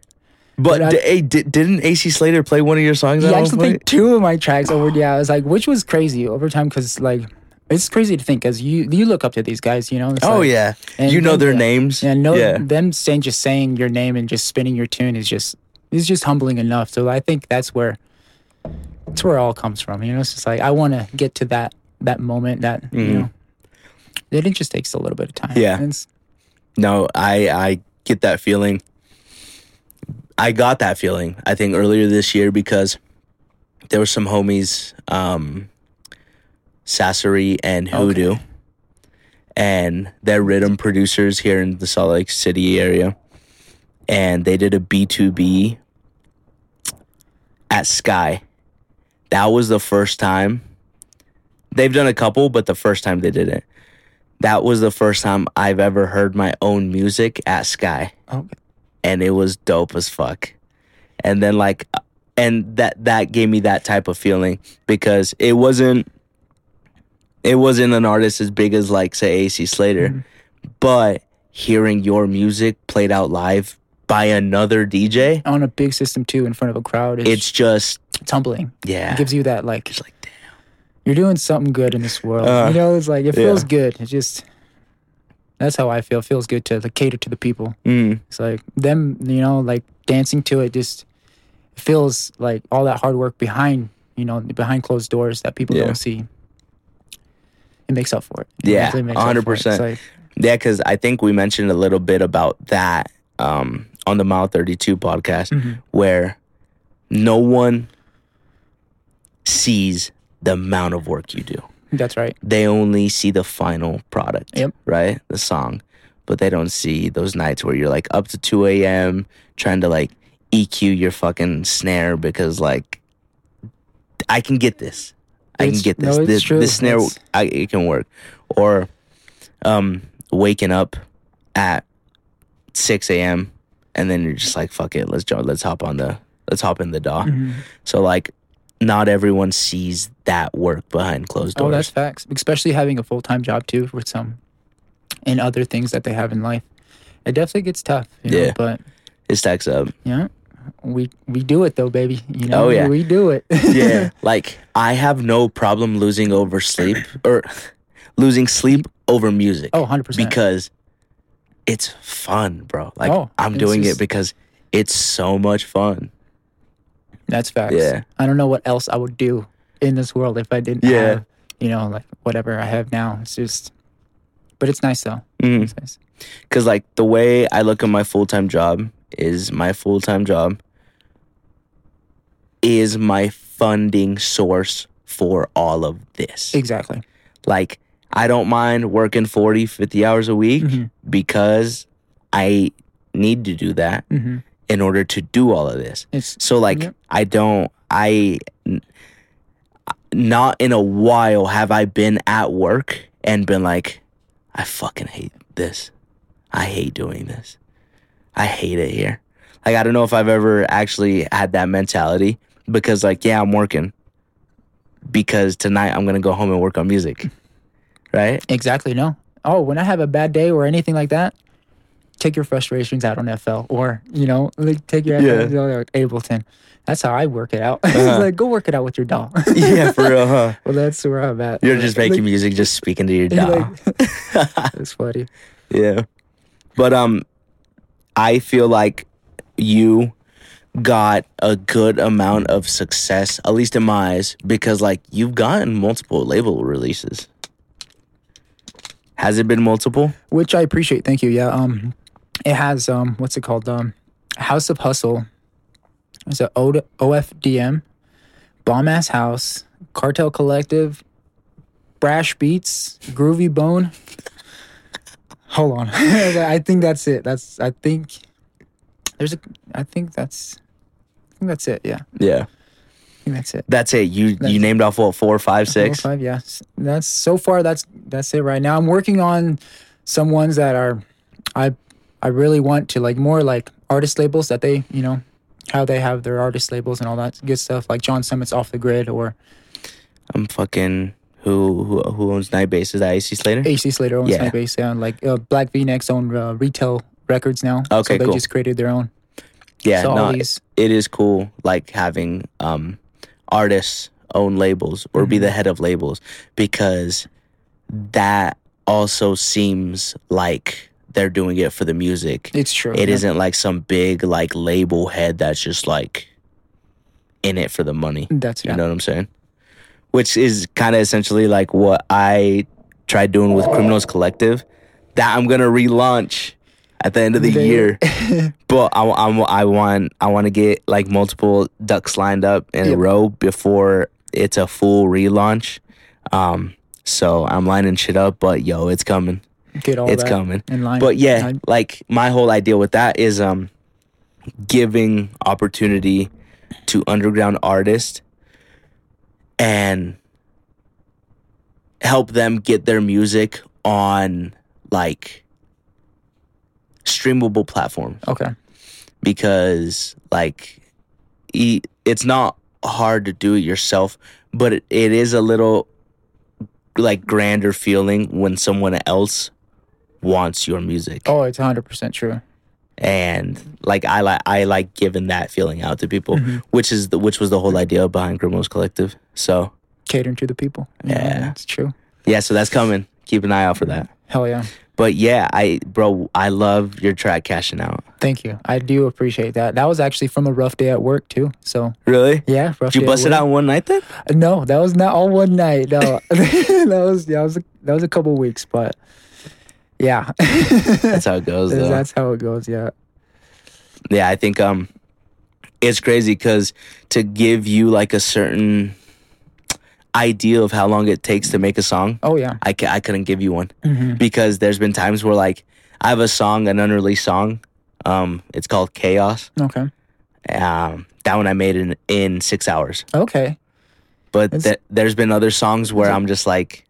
Speaker 3: But
Speaker 4: I-
Speaker 3: d- hey, di- didn't AC Slater play one of your songs?
Speaker 4: Yeah,
Speaker 3: at
Speaker 4: I
Speaker 3: one
Speaker 4: actually think
Speaker 3: point?
Speaker 4: two of my tracks over. Yeah, I was like, which was crazy over time because like, it's crazy to think because you you look up to these guys, you know. It's
Speaker 3: Oh
Speaker 4: like-
Speaker 3: yeah,
Speaker 4: and
Speaker 3: you know
Speaker 4: then
Speaker 3: their
Speaker 4: the-
Speaker 3: names.
Speaker 4: Yeah, no,
Speaker 3: yeah.
Speaker 4: them saying just saying your name and just spinning your tune is just is just humbling enough. So I think that's where that's where it all comes from. You know, it's just like I want to get to that that moment that you know. It it just takes a little bit of time.
Speaker 3: Mm-hmm. Yeah.
Speaker 4: And it's-
Speaker 3: No, I I get that feeling. I got that feeling. I think earlier this year because there were some homies, um, Sassery and Hoodoo, and they're rhythm producers here in the Salt Lake City area, and they did a B two B at Sky. That was the first time. They've done a couple, but the first time they did it that was the first time I've ever heard my own music at Sky,
Speaker 4: okay.
Speaker 3: and it was dope as fuck. And then like, uh, and that that gave me that type of feeling because it wasn't, it wasn't an artist as big as like say AC Slater, but hearing your music played out live by another DJ,
Speaker 4: on a big system too in front of a crowd, it's,
Speaker 3: it's just
Speaker 4: it's humbling.
Speaker 3: yeah,
Speaker 4: It gives you that like
Speaker 3: it's like damn.
Speaker 4: you're doing something good in this world.
Speaker 3: Uh,
Speaker 4: you know, it's like it feels
Speaker 3: yeah.
Speaker 4: good. It just that's how I feel. It feels good to like, cater to the people.
Speaker 3: Mm,
Speaker 4: It's like them, you know, like dancing to it just feels like all that hard work behind, you know, behind closed doors that people
Speaker 3: Yeah.
Speaker 4: don't see. It makes up for it. It
Speaker 3: Yeah,
Speaker 4: definitely makes up for it. It's
Speaker 3: 100%.
Speaker 4: like-
Speaker 3: Yeah, because I think we mentioned a little bit about that um, on the Mile 32 podcast
Speaker 4: mm-hmm.
Speaker 3: where no one sees the amount of work you do.
Speaker 4: That's right.
Speaker 3: They only see the final product,
Speaker 4: Yep.
Speaker 3: right? The song. But they don't see those nights where you're like up to 2 a.m. trying to like EQ your fucking snare because like I can get this. I
Speaker 4: It's-
Speaker 3: can get this.
Speaker 4: no, it's
Speaker 3: this,
Speaker 4: true.
Speaker 3: this snare,
Speaker 4: It's-
Speaker 3: I, it can work. Or um, waking up at 6 a.m. and then you're just like, fuck it, let's jump, let's hop on the, let's hop in the DAW.
Speaker 4: Mm.
Speaker 3: So like, not everyone sees that work behind closed
Speaker 4: Oh,
Speaker 3: doors.
Speaker 4: that's facts. Especially having a full time job too with some and other things that they have in life. It definitely gets tough. you know,
Speaker 3: Yeah.
Speaker 4: but
Speaker 3: it stacks up.
Speaker 4: yeah. We we do it though, baby. You know,
Speaker 3: Oh, yeah.
Speaker 4: we do it.
Speaker 3: Yeah, like I have no problem losing over sleep or losing sleep over music.
Speaker 4: oh, 100%.
Speaker 3: because it's fun, bro. Like
Speaker 4: Oh,
Speaker 3: I'm
Speaker 4: it's
Speaker 3: doing
Speaker 4: just-
Speaker 3: it because it's so much fun.
Speaker 4: That's facts.
Speaker 3: Yeah.
Speaker 4: I don't know what else I would do in this world if I didn't
Speaker 3: Yeah.
Speaker 4: have, you know, like whatever I have now. It's just, but it's nice though.
Speaker 3: Mm.
Speaker 4: It's nice.
Speaker 3: Cause like the way I look at my full time job is my full time job is my funding source for all of this.
Speaker 4: Exactly.
Speaker 3: Like I don't mind working 40, 50 hours a week
Speaker 4: Mhm.
Speaker 3: because I need to do that
Speaker 4: hmm
Speaker 3: in order to do all of this.
Speaker 4: It's
Speaker 3: So like
Speaker 4: Yep.
Speaker 3: I don't I n- not in a while have I been at work and been like I fucking hate this. I hate doing this. I hate it here. Like I don't know if I've ever actually had that mentality because like yeah, I'm working because tonight I'm going to go home and work on music. Right?
Speaker 4: exactly no. Oh, when I have a bad day or anything like that, take your frustrations out on FL or you know, like take your
Speaker 3: Yeah.
Speaker 4: FL or Ableton. That's how I work it out. it's
Speaker 3: Uh-huh.
Speaker 4: like go work it out with your doll.
Speaker 3: yeah, for real, huh?
Speaker 4: well, that's where I'm at.
Speaker 3: You're just
Speaker 4: Like-
Speaker 3: making music just speaking to your dog.
Speaker 4: like- That's funny.
Speaker 3: Yeah. But um I feel like you got a good amount of success, at least in my eyes, because like you've gotten multiple label releases. Has it been multiple?
Speaker 4: which I appreciate. Thank you. Yeah. Um, it has um, what's it called? Um, House of Hustle. It's a O- OFDM, Bomb Ass House, Cartel Collective, Brash Beats, Groovy Bone. Hold on, I think that's it. That's I think there's a. I think that's. I think that's it. Yeah,
Speaker 3: Yeah.
Speaker 4: I think that's it.
Speaker 3: That's it. You
Speaker 4: That's-
Speaker 3: you named off what four, five,
Speaker 4: Four,
Speaker 3: six?
Speaker 4: five, yeah. S- That's so far. That's that's it right now. I'm working on some ones that are, I, I really want to like more like artist labels that they you know, how they have their artist labels and all that good stuff like John Summit's Off the Grid or
Speaker 3: I'm fucking who who who owns Night Base? Is that AC Slater?
Speaker 4: AC Slater owns
Speaker 3: Yeah.
Speaker 4: yeah. Base and like uh, Black V Next own uh, retail records now.
Speaker 3: Okay,
Speaker 4: so they
Speaker 3: cool.
Speaker 4: just created their own.
Speaker 3: yeah,
Speaker 4: so all
Speaker 3: no,
Speaker 4: these
Speaker 3: it is cool like having um artists own labels or be the head of labels because that also seems like they're doing it for the music.
Speaker 4: it's true.
Speaker 3: It
Speaker 4: yeah.
Speaker 3: not like some big like label head that's just like in it for the money.
Speaker 4: That's yeah.
Speaker 3: You know what I'm saying? Which is kind of essentially like what I tried doing with Criminals Collective that I'm going to relaunch at the end of the
Speaker 4: They-
Speaker 3: year. but I, I, I want I want to get like multiple ducks lined up in a
Speaker 4: Yep.
Speaker 3: row before it's a full relaunch. Um so I'm lining shit up, but yo, it's coming.
Speaker 4: Get all
Speaker 3: it's
Speaker 4: that
Speaker 3: coming.
Speaker 4: in line.
Speaker 3: But yeah,
Speaker 4: I-
Speaker 3: like my whole idea with that is um giving opportunity to underground artists and help them get their music on like streamable platforms
Speaker 4: okay.
Speaker 3: because like e- it's not hard to do it yourself but it, it is a little like grander feeling when someone else wants your music
Speaker 4: Oh, it's 100% true.
Speaker 3: and like i like i like giving that feeling out to people
Speaker 4: Mhm.
Speaker 3: which is the which was the whole idea behind criminals collective so
Speaker 4: Catering to the people. Mm-hmm.
Speaker 3: Yeah.
Speaker 4: It's true.
Speaker 3: yeah so that's coming keep an eye out for that
Speaker 4: Hell yeah.
Speaker 3: but yeah i bro i love your track cashing out
Speaker 4: Thank you. I do appreciate that. That was actually from a rough day at work too. So
Speaker 3: really
Speaker 4: yeah, rough. day
Speaker 3: did you
Speaker 4: at
Speaker 3: bust it
Speaker 4: work.
Speaker 3: out in one night then
Speaker 4: No, that was not all one night. No, that was that was a, that was a couple weeks, but yeah,
Speaker 3: that's how it goes though
Speaker 4: that's how it goes. Yeah,
Speaker 3: yeah i think um it's crazy because to give you like a certain idea of how long it takes to make a song
Speaker 4: oh yeah,
Speaker 3: i, ca- I couldn't give you one
Speaker 4: Mhm.
Speaker 3: because there's been times where like i have a song an unreleased song um it's called chaos
Speaker 4: okay,
Speaker 3: um that one i made in in six hours
Speaker 4: okay,
Speaker 3: but
Speaker 4: That's-
Speaker 3: th- there's been other songs where i'm just like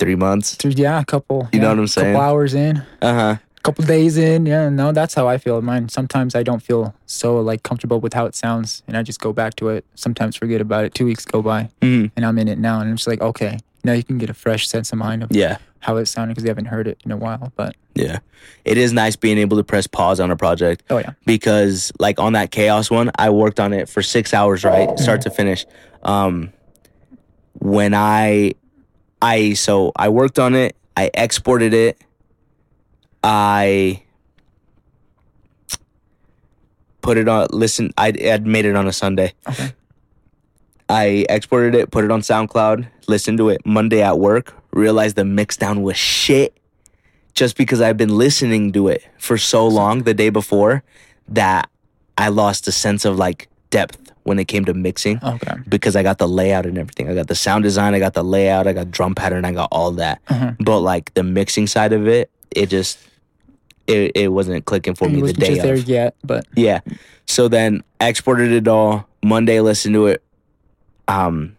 Speaker 3: three months
Speaker 4: Dude, yeah, a couple.
Speaker 3: You know
Speaker 4: yeah,
Speaker 3: what I'm saying?
Speaker 4: Couple hours in, a
Speaker 3: uh-huh
Speaker 4: couple days in. Yeah, no, that's how I feel. Mine sometimes I don't feel so like comfortable with how it sounds, and I just go back to it. Sometimes forget about it. Two weeks go by,
Speaker 3: Mhm.
Speaker 4: and I'm in it now, and I'm just like, okay, now you can get a fresh sense of mind of
Speaker 3: yeah
Speaker 4: how it sounded because you haven't heard it in a while. But
Speaker 3: yeah it is nice being able to press pause on a project
Speaker 4: oh yeah,
Speaker 3: because like on that chaos one i worked on it for six hours right start to finish um when i i so i worked on it i exported it i put it on listen i had made it on a sunday
Speaker 4: Okay.
Speaker 3: i exported it put it on soundcloud listened to it monday at work realized the mixdown was shit just because I've been listening to it for so long the day before that I lost a sense of like depth when it came to mixing
Speaker 4: okay,
Speaker 3: because I got the layout and everything. I got the sound design, I got the layout, I got drum pattern, I got all that.
Speaker 4: Uh-huh.
Speaker 3: But like the mixing side of it, it just it, it wasn't clicking for
Speaker 4: It
Speaker 3: me the
Speaker 4: wasn't
Speaker 3: day
Speaker 4: just there
Speaker 3: of.
Speaker 4: yet, but
Speaker 3: Yeah. So then exported it all. Monday listened to it. Um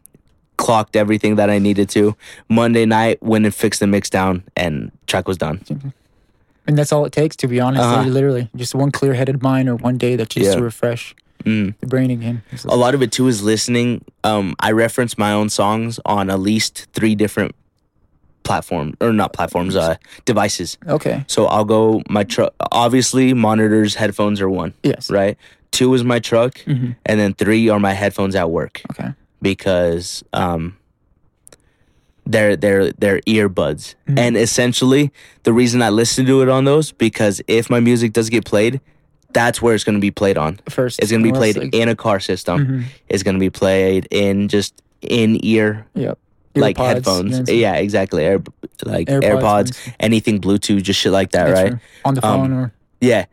Speaker 3: clocked everything that I needed to. Monday night went and fixed the mix down and track was done.
Speaker 4: And that's all it takes, to be honest.
Speaker 3: Uh-huh.
Speaker 4: Literally, just one clear-headed mind or one day that just
Speaker 3: Yeah.
Speaker 4: to refresh
Speaker 3: Mm.
Speaker 4: the brain again. It's
Speaker 3: a
Speaker 4: like-
Speaker 3: lot of it too is listening. Um, I reference my own songs on at least three different platform or not platforms, uh, devices.
Speaker 4: okay.
Speaker 3: So I'll go my truck. Obviously, monitors, headphones are one,
Speaker 4: Yes.
Speaker 3: right? Two is my truck,
Speaker 4: Mhm.
Speaker 3: and then three are my headphones at work
Speaker 4: Okay.
Speaker 3: because um, they're they're they're earbuds. And essentially, the reason I listen to it on those because if my music does get played, that's where it's going to be played on.
Speaker 4: First,
Speaker 3: It's going to be
Speaker 4: well,
Speaker 3: played um,
Speaker 4: like-
Speaker 3: in a car system.
Speaker 4: Mhm.
Speaker 3: It's going to be played in just in ear
Speaker 4: Yep. Earpods, you know
Speaker 3: like
Speaker 4: what I'm
Speaker 3: headphones.
Speaker 4: saying?
Speaker 3: Yeah, exactly. Air, like
Speaker 4: Airpods,
Speaker 3: AirPods,
Speaker 4: yes.
Speaker 3: anything Bluetooth, just shit like that,
Speaker 4: That's
Speaker 3: right?
Speaker 4: true. On the
Speaker 3: Um,
Speaker 4: phone or
Speaker 3: Yeah.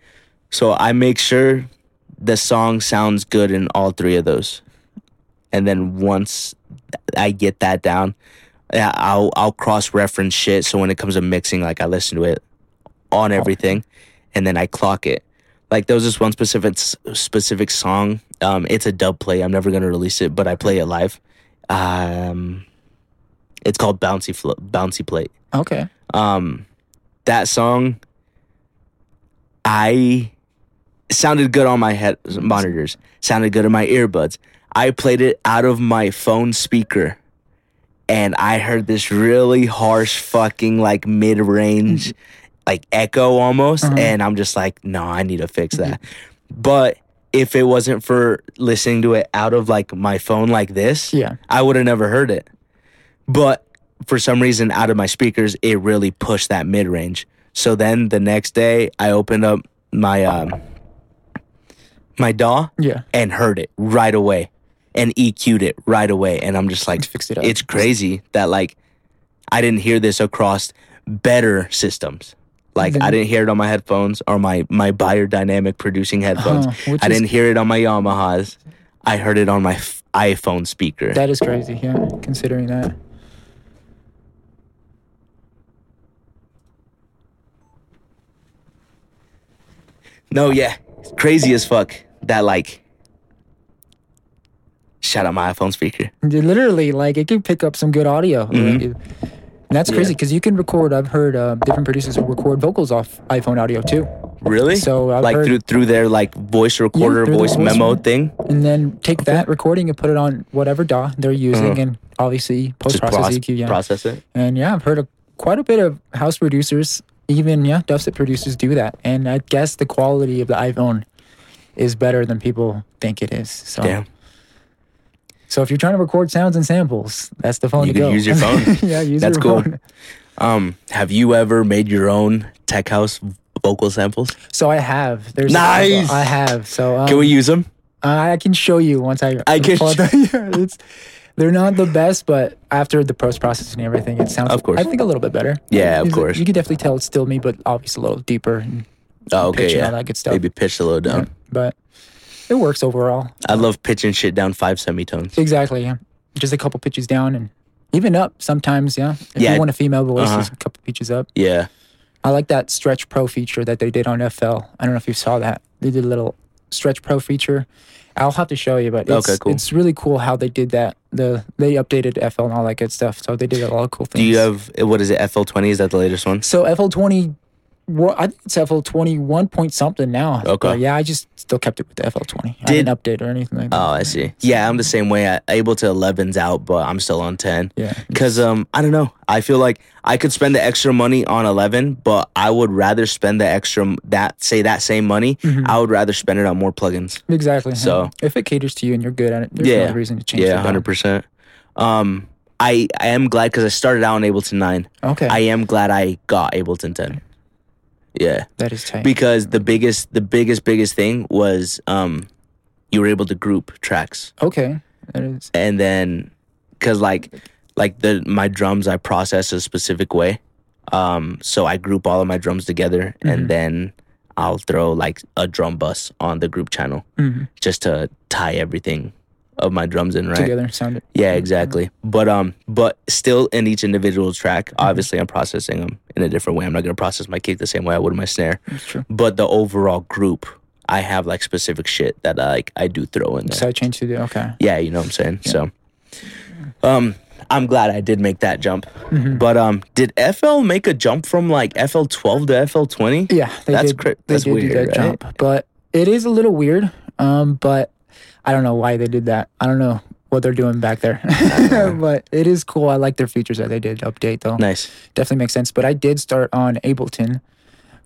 Speaker 3: So I make sure the song sounds good in all three of those. And then once I get that down, yeah, I'll I'll cross reference shit. So when it comes to mixing, like I listen to it on everything, and then I clock it. Like there was this one specific specific song. Um, it's a dub play. I'm never gonna release it, but I play it live. Um, it's called Bouncy Flo- Bouncy Plate
Speaker 4: okay.
Speaker 3: um that song i sounded good on my head monitors sounded good in my earbuds i played it out of my phone speaker and i heard this really harsh fucking like mid-range like echo almost and i'm just like no i need to fix that but if it wasn't for listening to it out of like my phone like this
Speaker 4: Yeah.
Speaker 3: i would have never heard it but for some reason out of my speakers it really pushed that mid-range so then the next day i opened up my um my daw
Speaker 4: Yeah.
Speaker 3: and heard it right away and EQ'd it right away. And I'm just like,
Speaker 4: Fixed it up.
Speaker 3: it's crazy that like I didn't hear this across better systems. Like I
Speaker 4: Then-
Speaker 3: didn't hear it on my headphones or my my biodynamic producing headphones.
Speaker 4: Uh-huh, which
Speaker 3: I
Speaker 4: is-
Speaker 3: didn't hear it on my Yamahas. I heard it on my f- iPhone speaker.
Speaker 4: That is crazy. Yeah. Considering that.
Speaker 3: no, yeah, it's crazy as fuck. That like, shout out my iPhone speaker.
Speaker 4: Dude, literally like it can pick up some good audio Like,
Speaker 3: Mm-hmm.
Speaker 4: it- and that's crazy because you can record i've heard uh, different producers will record vocals off iphone audio too
Speaker 3: Really?
Speaker 4: So I've
Speaker 3: like
Speaker 4: heard-
Speaker 3: through through their like voice recorder,
Speaker 4: through the
Speaker 3: voice
Speaker 4: voice
Speaker 3: memo
Speaker 4: recorder.
Speaker 3: thing.
Speaker 4: and then take that recording and put it on whatever DAW they're using and obviously post
Speaker 3: Mm-hmm. Just
Speaker 4: process
Speaker 3: process,
Speaker 4: EQ yeah
Speaker 3: process it.
Speaker 4: and yeah i've heard a, quite a bit of house producers even yeah dubstep producers do that and i guess the quality of the iphone is better than people think it is so
Speaker 3: Damn.
Speaker 4: so if you're trying to record sounds and samples that's the phone
Speaker 3: You
Speaker 4: to
Speaker 3: could
Speaker 4: go
Speaker 3: use your phone.
Speaker 4: yeah use
Speaker 3: That's
Speaker 4: your
Speaker 3: cool.
Speaker 4: phone
Speaker 3: Um, have you ever made your own tech house vocal samples?
Speaker 4: So I have. There's
Speaker 3: Nice.
Speaker 4: I have. So um,
Speaker 3: Can we use them?
Speaker 4: I I can show you once I.
Speaker 3: I can
Speaker 4: pull out the- yeah, it's, they're not the best, but after the post processing and everything, it sounds.
Speaker 3: Of course.
Speaker 4: I think a little bit better.
Speaker 3: Yeah, of
Speaker 4: You-
Speaker 3: course.
Speaker 4: You can definitely tell it's still me, but obviously a little deeper. And,
Speaker 3: Oh, okay,
Speaker 4: pitch and
Speaker 3: yeah,
Speaker 4: all that good stuff.
Speaker 3: Maybe pitch a little down.
Speaker 4: but it works overall.
Speaker 3: I love pitching shit down five semitones.
Speaker 4: Exactly. Yeah. Just a couple pitches down and even up sometimes. Yeah. If
Speaker 3: Yeah.
Speaker 4: you want a female voice,
Speaker 3: Uh-huh.
Speaker 4: just a couple pitches up.
Speaker 3: Yeah,
Speaker 4: I like that Stretch Pro feature that they did on FL. I don't know if you saw that. They did a little Stretch Pro feature. I'll have to show you, but it's,
Speaker 3: Okay, cool.
Speaker 4: it's really cool how they did that. The they updated FL and all that good stuff. So they did a lot of cool things.
Speaker 3: Do you have eh, what is it? FL twenty? Is that the latest one?
Speaker 4: so FL twenty? Well, I think it's FL twenty one point something now.
Speaker 3: Okay.
Speaker 4: But yeah, I just still kept it with the FL twenty. I
Speaker 3: Did-
Speaker 4: didn't update or anything like that.
Speaker 3: Oh, I see. Yeah, I'm the same way. I, able to 11's out, but I'm still on 10.
Speaker 4: Yeah.
Speaker 3: Cause um, I don't know. I feel like I could spend the extra money on 11, but I would rather spend the extra that say that same money. I would rather spend it on more plugins.
Speaker 4: exactly.
Speaker 3: So-
Speaker 4: if it caters to you and you're good at it, there's
Speaker 3: yeah,
Speaker 4: no reason to change.
Speaker 3: Yeah,
Speaker 4: it down.
Speaker 3: hundred percent. Um, I I am glad because I started out on Ableton nine.
Speaker 4: Okay,
Speaker 3: I am glad I got Ableton ten. Yeah,
Speaker 4: that is tight.
Speaker 3: because the biggest, the biggest, biggest thing was um, you were able to group tracks,
Speaker 4: okay, that is
Speaker 3: and then because like like the my drums I process a specific way, um, so I group all of my drums together, and then I'll throw like a drum bus on the group channel
Speaker 4: mhm,
Speaker 3: just to tie everything of my drums in right.
Speaker 4: together sounded.
Speaker 3: Yeah, exactly. But um, but still in each individual track, obviously I'm processing them in a different way. I'm not gonna process my kick the same way I would my snare.
Speaker 4: That's true.
Speaker 3: But the overall group, I have like specific shit that I, like I do throw in there.
Speaker 4: So I changed to the okay.
Speaker 3: yeah, you know what I'm saying. So, um, I'm glad I did make that jump. But um, did FL make a jump from like FL12 to FL20?
Speaker 4: Yeah, they
Speaker 3: That's
Speaker 4: did.
Speaker 3: cra-
Speaker 4: they
Speaker 3: that's
Speaker 4: did
Speaker 3: weird,
Speaker 4: do that
Speaker 3: right?
Speaker 4: jump, but it is a little weird. Um, but I don't know why they did that. I don't know what they're doing back there, but it is cool. I like their features that they did update though.
Speaker 3: Nice.
Speaker 4: Definitely makes sense. But I did start on Ableton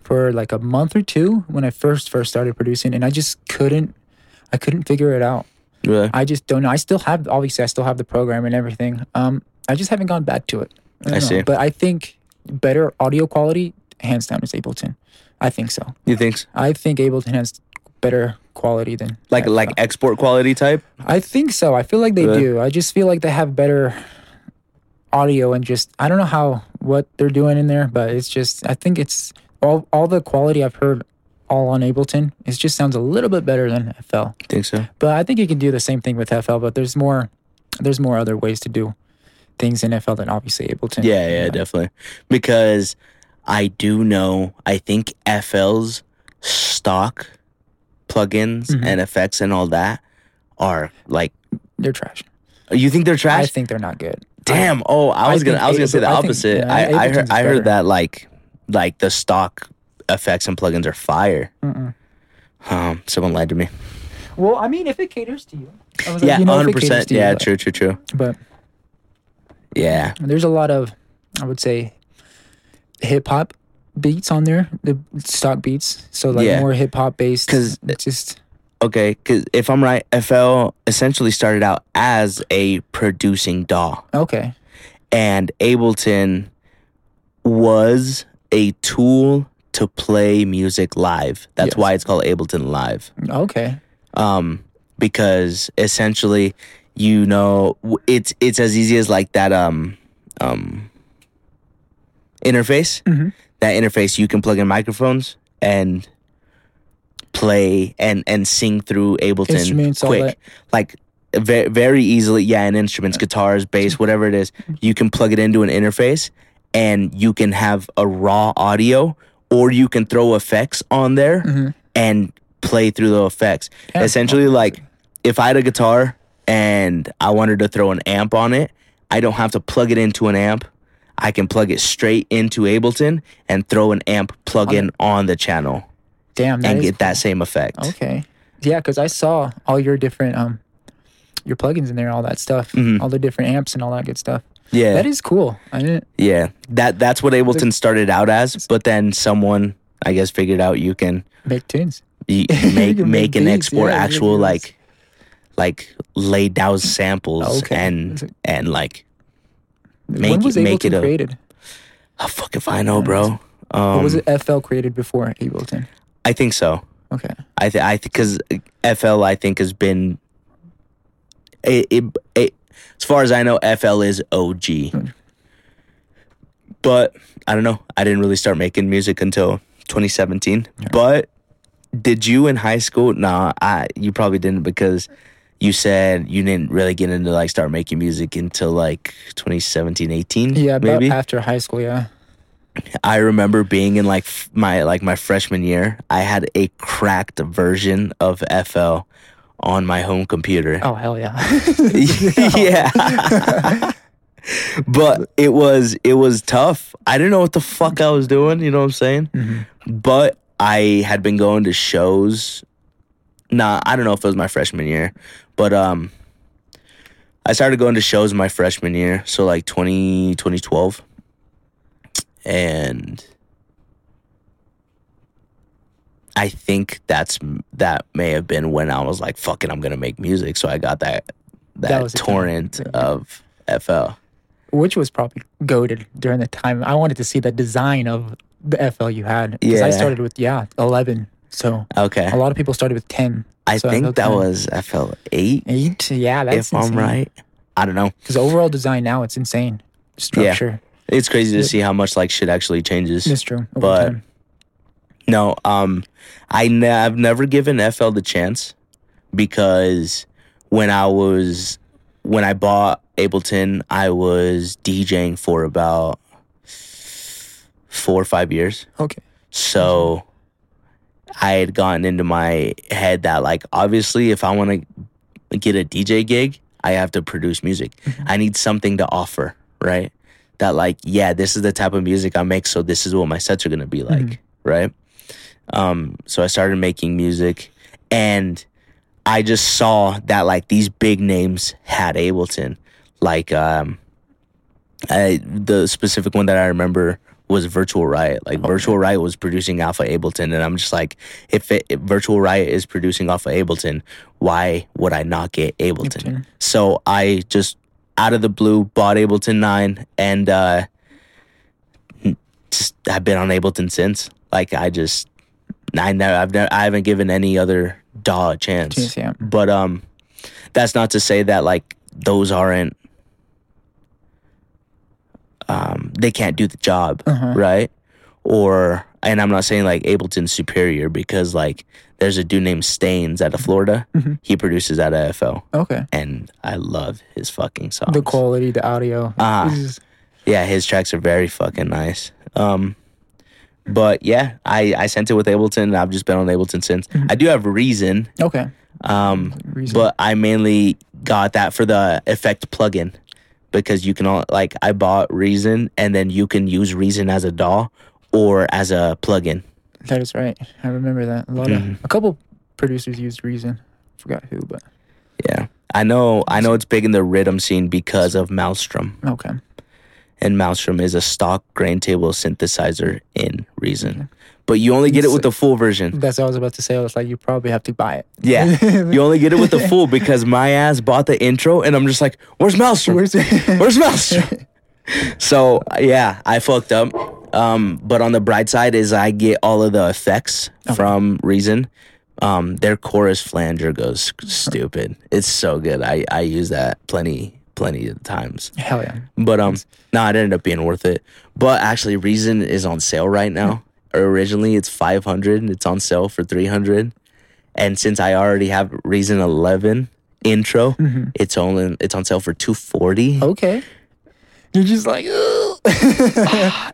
Speaker 4: for like a month or two when I first first started producing, and I just couldn't. I couldn't figure it out.
Speaker 3: Really?
Speaker 4: I just don't know. I still have obviously I still have the program and everything. Um, I just haven't gone back to it. don't
Speaker 3: I see.
Speaker 4: But I think better audio quality, hands down, is Ableton. I think so.
Speaker 3: You think so?
Speaker 4: I think Ableton has better quality than
Speaker 3: like
Speaker 4: Excel.
Speaker 3: like export quality type?
Speaker 4: I think so. I feel like they
Speaker 3: Really?
Speaker 4: do. I just feel like they have better audio and just I don't know how what they're doing in there, but it's just I think it's all all the quality I've heard all on Ableton. It just sounds a little bit better than FL.
Speaker 3: Think so?
Speaker 4: But I think you can do the same thing with FL, but there's more there's more other ways to do things in FL than obviously Ableton.
Speaker 3: Yeah, yeah, definitely. Because I do know, I think FL's stock plugins and effects and all that are like.
Speaker 4: They're trash.
Speaker 3: You think they're
Speaker 4: I
Speaker 3: trash?
Speaker 4: think they're not good.
Speaker 3: Damn! Oh, I
Speaker 4: I
Speaker 3: was gonna,
Speaker 4: think
Speaker 3: I was gonna say the
Speaker 4: Ableton- I think,
Speaker 3: opposite.
Speaker 4: yeah,
Speaker 3: I, I
Speaker 4: Ableton's
Speaker 3: heard,
Speaker 4: is
Speaker 3: I
Speaker 4: better.
Speaker 3: heard that like, like the stock effects and plugins are fire.
Speaker 4: Mm-mm.
Speaker 3: Um, someone lied to me.
Speaker 4: Well, I mean, if it caters to you, I was
Speaker 3: Yeah,
Speaker 4: you know, if
Speaker 3: hundred
Speaker 4: it caters
Speaker 3: percent.
Speaker 4: to you,
Speaker 3: Yeah,
Speaker 4: but-
Speaker 3: true, true, true.
Speaker 4: But
Speaker 3: Yeah,
Speaker 4: there's a lot of, I would say, hip hop beats on there, the stock beats. So like
Speaker 3: Yeah.
Speaker 4: more hip hop based.
Speaker 3: 'Cause-
Speaker 4: just
Speaker 3: Okay, because if I'm right, FL essentially started out as a producing DAW,
Speaker 4: okay.
Speaker 3: and Ableton was a tool to play music live.
Speaker 4: Yes.
Speaker 3: That's why it's called Ableton Live.
Speaker 4: Okay.
Speaker 3: um, because essentially, you know, w- it's it's as easy as like that um, um, interface.
Speaker 4: Mhm.
Speaker 3: That interface you can plug in microphones and play and and sing through Ableton
Speaker 4: Instruments, all
Speaker 3: quick,
Speaker 4: that. Uh,
Speaker 3: like very very easily. Yeah, and instruments, guitars, bass, whatever it is,
Speaker 4: Mm-hmm.
Speaker 3: you can plug it into an interface and you can have a raw audio or you can throw effects on there
Speaker 4: Mhm.
Speaker 3: and play through the effects.
Speaker 4: Yeah.
Speaker 3: Essentially, like if I had a guitar and I wanted to throw an amp on it, I don't have to plug it into an amp. I can plug it straight into Ableton and throw an amp plug in on the channel
Speaker 4: Damn. that
Speaker 3: and
Speaker 4: is
Speaker 3: get that same effect.
Speaker 4: Okay. Yeah, because I saw all your different um your plugins in there, all that stuff,
Speaker 3: Mhm.
Speaker 4: all the different amps and all that good stuff.
Speaker 3: Yeah.
Speaker 4: That is cool. I didn't.
Speaker 3: yeah. That that's what Ableton started out as, but then someone I guess figured out you can
Speaker 4: Make tunes.
Speaker 3: you make
Speaker 4: can
Speaker 3: make
Speaker 4: make
Speaker 3: and
Speaker 4: beats,
Speaker 3: export
Speaker 4: yeah, make
Speaker 3: actual
Speaker 4: beats.
Speaker 3: like like laid down samples
Speaker 4: Oh, Okay. That's
Speaker 3: and
Speaker 4: it.
Speaker 3: and like
Speaker 4: when
Speaker 3: Make-
Speaker 4: was
Speaker 3: make
Speaker 4: Ableton
Speaker 3: it a-
Speaker 4: created?
Speaker 3: I fuck if I know, bro. Um,
Speaker 4: or was it FL created before Ableton?
Speaker 3: I think so.
Speaker 4: Okay.
Speaker 3: I th- I because FL I think has been it, it, it as far as I know FL is OG. But I don't know. I didn't really start making music until 2017. But did you in high school? Nah, I you probably didn't because you said you didn't really get into like start making music until like 2017, 18.
Speaker 4: Yeah, about
Speaker 3: maybe.
Speaker 4: after high school. Yeah.
Speaker 3: I remember being in like f- my like my freshman year. I had a cracked version of FL on my home computer.
Speaker 4: Oh hell yeah.
Speaker 3: yeah. but it was it was tough. I didn't know what the fuck I was doing, you know what I'm saying?
Speaker 4: Mm-hmm.
Speaker 3: But I had been going to shows. Nah, I don't know if it was my freshman year, but um I started going to shows my freshman year, so like 20 2012. And I think that's that may have been when I was like, "Fucking, I'm gonna make music." So I got that that,
Speaker 4: That was a
Speaker 3: torrent of FL.
Speaker 4: Which was probably goaded during the time. I wanted to see the design of the FL you had because
Speaker 3: Yeah.
Speaker 4: I started with yeah eleven. So
Speaker 3: Okay,
Speaker 4: a lot of people started with ten.
Speaker 3: I
Speaker 4: so
Speaker 3: think that
Speaker 4: okay.
Speaker 3: was FL eight,
Speaker 4: eight. Yeah, that's
Speaker 3: if I'm
Speaker 4: insane.
Speaker 3: right. I don't know.
Speaker 4: Because overall design now it's insane structure.
Speaker 3: It's crazy to see how much like shit actually changes.
Speaker 4: That's true. Over
Speaker 3: But-
Speaker 4: time.
Speaker 3: No, um, I ne- I've never given FL the chance because when I was when I bought Ableton, I was DJing for about four or five years.
Speaker 4: okay,
Speaker 3: So I had gotten into my head that like obviously if I want to get a DJ gig, I have to produce music. I need something to offer, right? That like yeah, this is the type of music I make, so this is what my sets are going to be like, right? Um so I started making music and I just saw that like these big names had Ableton. Like um I, the specific one that I remember was Virtual Riot. Like Virtual Riot was producing Alpha Ableton, and I'm just like, if, it, if Virtual Riot is producing Alpha Ableton, why would I not get Ableton?
Speaker 4: Ableton.
Speaker 3: So I just out of the blue bought Ableton Nine, and uh, just I've been on Ableton since. Like I just, I never, I've never, I haven't given any other DAW a chance.
Speaker 4: Jeez, yeah.
Speaker 3: But um, that's not to say that like those aren't um, they can't do the job, right? Or and I'm not saying like Ableton's superior because like there's a dude named Staines out of Florida. He produces out of FL,
Speaker 4: okay.
Speaker 3: and I love his fucking songs.
Speaker 4: The quality, the audio.
Speaker 3: Ah.
Speaker 4: This is-
Speaker 3: Yeah, his tracks are very fucking nice. Um, but yeah, I I sent it with Ableton. and I've just been on Ableton since. I do have Reason,
Speaker 4: okay.
Speaker 3: um,
Speaker 4: Mm-hmm. Reason.
Speaker 3: but I mainly got that for the effect plugin because you can all like I bought Reason and then you can use Reason as a DAW or as a plugin.
Speaker 4: That is right. I remember that. A lot
Speaker 3: Mm-hmm.
Speaker 4: of a couple producers used Reason. Forgot who, but
Speaker 3: Yeah, I know. I know it's big in the rhythm scene because of Maelstrom
Speaker 4: okay.
Speaker 3: and Maelstrom is a stock grain table synthesizer in Reason. But you only get it with the full version.
Speaker 4: That's what I was about to say. I was like, you probably have to buy it.
Speaker 3: Yeah. You only get it with the full because my ass bought the intro and I'm just like, where's Maelstrom?
Speaker 4: Where's-
Speaker 3: Where's, Maelstrom? so yeah, I fucked up. Um, but on the bright side is I get all of the effects from Reason. Um, their chorus flanger goes stupid. It's so good. I, I use that plenty plenty of times.
Speaker 4: Hell yeah.
Speaker 3: But um, no, it ended up being worth it. But actually, Reason is on sale right now. Originally, it's five hundred. It's on sale for three hundred. And since I already have Reason Eleven intro, it's only it's on sale for two forty.
Speaker 4: Mm-hmm. Okay. You're just like, Ugh.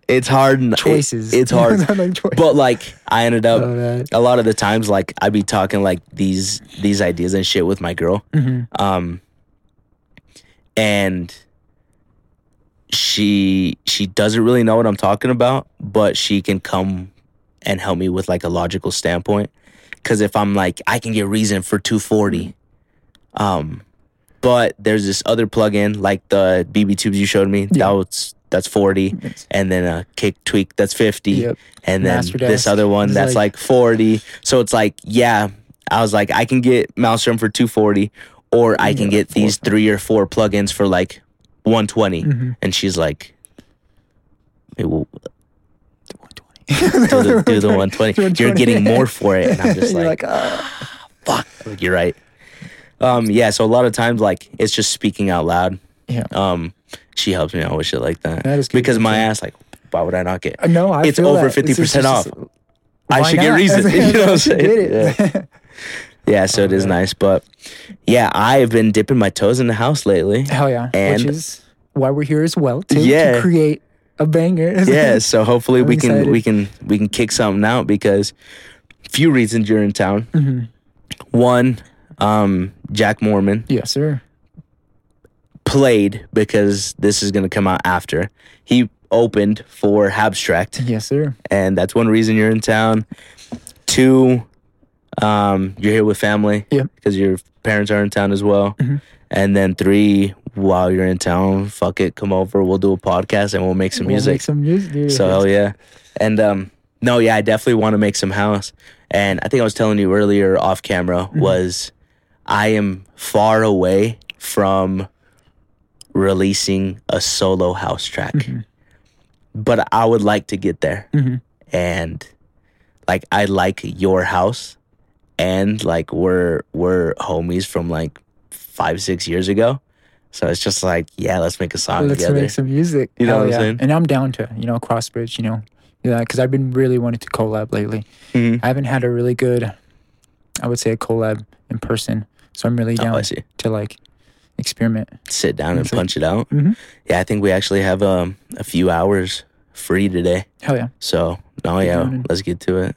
Speaker 3: It's hard. n- it-
Speaker 4: Choices.
Speaker 3: Ah,
Speaker 4: Uh.
Speaker 3: it's hard.
Speaker 4: Not like choices.
Speaker 3: But like, I ended up
Speaker 4: Love that.
Speaker 3: a lot of the times, like I'd be talking like these these ideas and shit with my girl.
Speaker 4: Mm-hmm.
Speaker 3: Um, and she she doesn't really know what I'm talking about, but she can come and help me with like a logical standpoint. Cause if I'm like, I can get reason for 240. Um, but there's this other plugin like the BB tubes you showed me. That was that's 40,
Speaker 4: Yes.
Speaker 3: and then a kick tweak that's 50,
Speaker 4: Yep.
Speaker 3: and then
Speaker 4: Master
Speaker 3: this
Speaker 4: Desk
Speaker 3: other one
Speaker 4: is
Speaker 3: that's
Speaker 4: like-
Speaker 3: like 40. So it's like, yeah, I was like, I can get Maelstrom for 240, or I can get these three or four plugins for like 120.
Speaker 4: Mm-hmm.
Speaker 3: And she's like, it will, do the, do the 120. You're getting more for it. And I'm just
Speaker 4: You're
Speaker 3: like,
Speaker 4: like, "Ah." "Ugh."
Speaker 3: like, you're right. Um, yeah, so a lot of times, like, it's just speaking out loud.
Speaker 4: Yeah.
Speaker 3: Um, she helps me out with shit like that.
Speaker 4: That is good
Speaker 3: because my
Speaker 4: content.
Speaker 3: ass, like, why would I not get?
Speaker 4: Uh, no, I
Speaker 3: it's
Speaker 4: feel that.
Speaker 3: over
Speaker 4: It's-
Speaker 3: fifty
Speaker 4: it's
Speaker 3: percent off.
Speaker 4: just-
Speaker 3: I
Speaker 4: Why
Speaker 3: should get
Speaker 4: not?
Speaker 3: reason. you know what I'm
Speaker 4: Get
Speaker 3: saying?
Speaker 4: it.
Speaker 3: Yeah. Yeah, so it is nice, but yeah, I've been dipping my toes in the house lately.
Speaker 4: Hell yeah.
Speaker 3: And-
Speaker 4: Which is why we're here as well to, to
Speaker 3: Yeah.
Speaker 4: create a banger.
Speaker 3: yeah, so hopefully we
Speaker 4: I'm
Speaker 3: can
Speaker 4: excited.
Speaker 3: we can we can kick something out because few reasons you're in town.
Speaker 4: Mm-hmm.
Speaker 3: One, um, Jack Mormon
Speaker 4: yes, sir.
Speaker 3: played because this is gonna come out after. He opened for Abstract,
Speaker 4: Yes, sir.
Speaker 3: and that's one reason you're in town. Two, um, you're here with family
Speaker 4: Yeah. Mm-hmm.
Speaker 3: because your parents are in town as well. And then three, while you're in town, fuck it, come over. We'll do a podcast and we'll make some
Speaker 4: We'll
Speaker 3: music.
Speaker 4: make some music. dude.
Speaker 3: So hell yeah. And um no, yeah, I definitely want to make some house. And I think I was telling you earlier off camera
Speaker 4: Mm-hmm.
Speaker 3: was I am far away from releasing a solo house track.
Speaker 4: Mm-hmm.
Speaker 3: But I would like to get there. And like I like your house and like we're we're homies from like 5 6 years ago. So it's just like, yeah, let's make a song
Speaker 4: let's
Speaker 3: together.
Speaker 4: make some music.
Speaker 3: You know
Speaker 4: Hell
Speaker 3: what I'm
Speaker 4: yeah.
Speaker 3: saying?
Speaker 4: And I'm down to you know Crossbridge. You know, yeah, because I've been really wanting to collab lately.
Speaker 3: Mhm.
Speaker 4: I haven't had a really good, I would say, a collab in person. So I'm really down
Speaker 3: Oh, I see.
Speaker 4: to like experiment.
Speaker 3: sit down and
Speaker 4: Exactly.
Speaker 3: punch it out.
Speaker 4: Mhm.
Speaker 3: Yeah, I think we actually have um, a few hours free today.
Speaker 4: Hell yeah,
Speaker 3: So, no,
Speaker 4: doing
Speaker 3: yeah,
Speaker 4: it.
Speaker 3: let's get to it.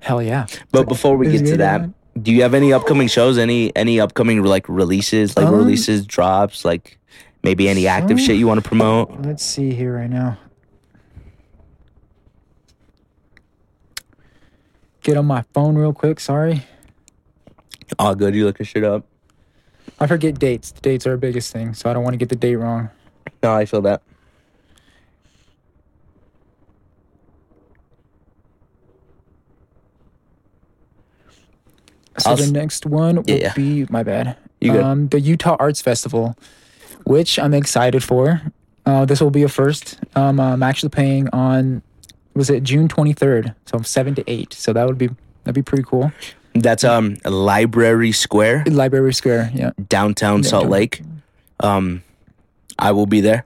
Speaker 4: hell yeah.
Speaker 3: But before we
Speaker 4: Let's
Speaker 3: get to
Speaker 4: get
Speaker 3: that,
Speaker 4: on
Speaker 3: do you have any upcoming shows? Any any upcoming like releases, like
Speaker 4: Um,
Speaker 3: releases, drops, like maybe any active
Speaker 4: so-
Speaker 3: shit you want to promote?
Speaker 4: Let's see here right now. Get on my phone real quick. Sorry,
Speaker 3: All good. You looking shit up?
Speaker 4: I forget dates. The dates are our biggest thing, so I don't want to get the date wrong.
Speaker 3: No, I feel that.
Speaker 4: So
Speaker 3: I'll
Speaker 4: the
Speaker 3: s-
Speaker 4: next one will
Speaker 3: Yeah.
Speaker 4: be my bad.
Speaker 3: You good.
Speaker 4: Um, the Utah Arts Festival, which I'm excited for. Uh, this will be a first. Um, I'm actually playing on was it June 23rd, so from seven to eight. So that would be that'd be pretty cool.
Speaker 3: That's um Library Square,
Speaker 4: In Library Square, yeah.
Speaker 3: downtown Salt Lake. Um, I will be there.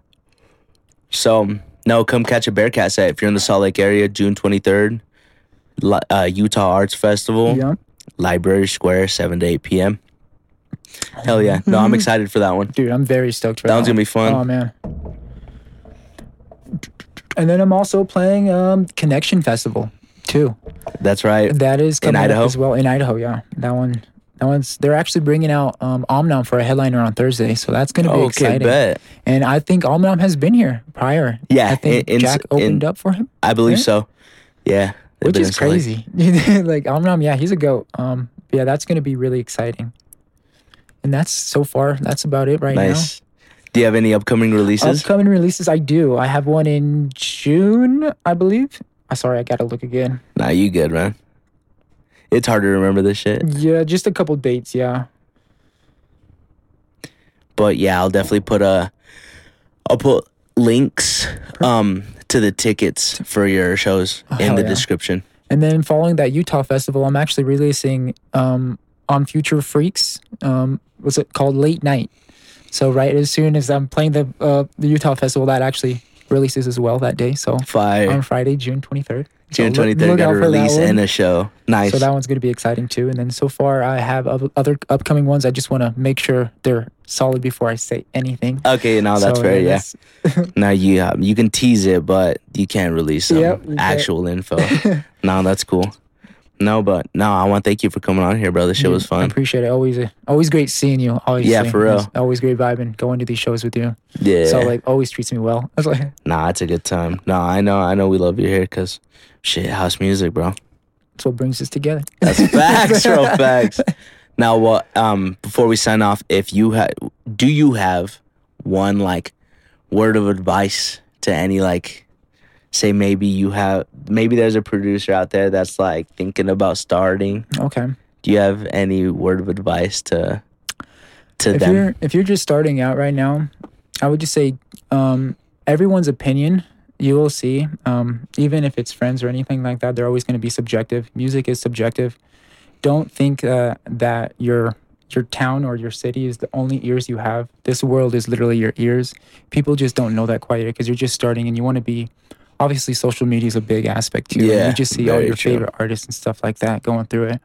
Speaker 3: So um, no, come catch a Bearcat set if you're in the Salt Lake area, June 23rd, Li- uh, Utah Arts Festival,
Speaker 4: Yeah,
Speaker 3: Library Square, 7 to 8 p.m. Hell yeah! No, I'm excited for that one.
Speaker 4: dude, I'm very stoked for
Speaker 3: That
Speaker 4: that.
Speaker 3: one's gonna be fun.
Speaker 4: Oh man. And then I'm also playing um, Connection Festival too.
Speaker 3: That's right.
Speaker 4: That is coming up
Speaker 3: Idaho?
Speaker 4: as well in Idaho. Yeah, that one. That one's. They're actually bringing out um, Omnom for a headliner on Thursday, so that's going to be
Speaker 3: okay,
Speaker 4: exciting.
Speaker 3: bet.
Speaker 4: And I think Omnom has been here prior.
Speaker 3: Yeah,
Speaker 4: I think
Speaker 3: in- in-
Speaker 4: Jack opened
Speaker 3: in-
Speaker 4: up for him,
Speaker 3: I believe
Speaker 4: Right?
Speaker 3: so. Yeah, they've
Speaker 4: which
Speaker 3: been
Speaker 4: is
Speaker 3: in Salt Lake.
Speaker 4: crazy. like Omnom, yeah, he's a goat. Um, yeah, that's going to be really exciting. And that's so far. That's about it right
Speaker 3: Nice. Do you have any upcoming releases?
Speaker 4: Upcoming releases, I do. I have one in June, I believe. I'm sorry, I gotta look again.
Speaker 3: nah, you good, man. It's hard to remember this shit.
Speaker 4: Yeah, just a couple dates. Yeah,
Speaker 3: but yeah, I'll definitely put a I'll put links um to the tickets for your shows in
Speaker 4: Oh, hell
Speaker 3: the
Speaker 4: yeah.
Speaker 3: description.
Speaker 4: and then following that Utah festival, I'm actually releasing um, on Future Freaks. Um, what's it called? Late Night. So right as soon as I'm playing the uh, the Utah festival, that actually releases as well that day. So
Speaker 3: Fire
Speaker 4: on Friday, June 23rd. So
Speaker 3: June
Speaker 4: look-
Speaker 3: twenty third
Speaker 4: look
Speaker 3: got a
Speaker 4: out for that
Speaker 3: release
Speaker 4: one.
Speaker 3: and a show. Nice.
Speaker 4: So that one's going to be exciting too. And then so far, I have oth- other upcoming ones. I just want to make sure they're solid before I say anything.
Speaker 3: okay, no, Oh, that's
Speaker 4: So,
Speaker 3: fair. Yeah.
Speaker 4: that's-
Speaker 3: Now you um, you can tease it, but you can't release some
Speaker 4: Yep, you can't.
Speaker 3: actual info. no, that's cool. No, but no, I want to thank you for coming on here, bro. This shit was
Speaker 4: I
Speaker 3: fun.
Speaker 4: appreciate it. Always, uh, always great seeing you. Always,
Speaker 3: Yeah, for real.
Speaker 4: Always great vibing, going to these shows with you.
Speaker 3: Yeah.
Speaker 4: So like, always treats me well. I was like,
Speaker 3: nah, it's a good time. No, I know, I know, we love you here because shit, house music, bro.
Speaker 4: that's what brings us together.
Speaker 3: That's facts, bro. Facts. Now, what? um, before we sign off, if you have, do you have one like word of advice to any like, say maybe you have maybe there's a producer out there that's like thinking about starting.
Speaker 4: okay.
Speaker 3: Do you have any word of advice to to
Speaker 4: If
Speaker 3: them?
Speaker 4: you're if you're just starting out right now, I would just say um, everyone's opinion you will see, um, even if it's friends or anything like that. They're always going to be subjective. Music is subjective. Don't think uh, that your your town or your city is the only ears you have. This world is literally your ears. People just don't know that quite yet because you're just starting and you want to be. Obviously, social media is a big aspect too. and
Speaker 3: Yeah,
Speaker 4: you just see all
Speaker 3: very
Speaker 4: your
Speaker 3: true.
Speaker 4: favorite artists and stuff like that going through it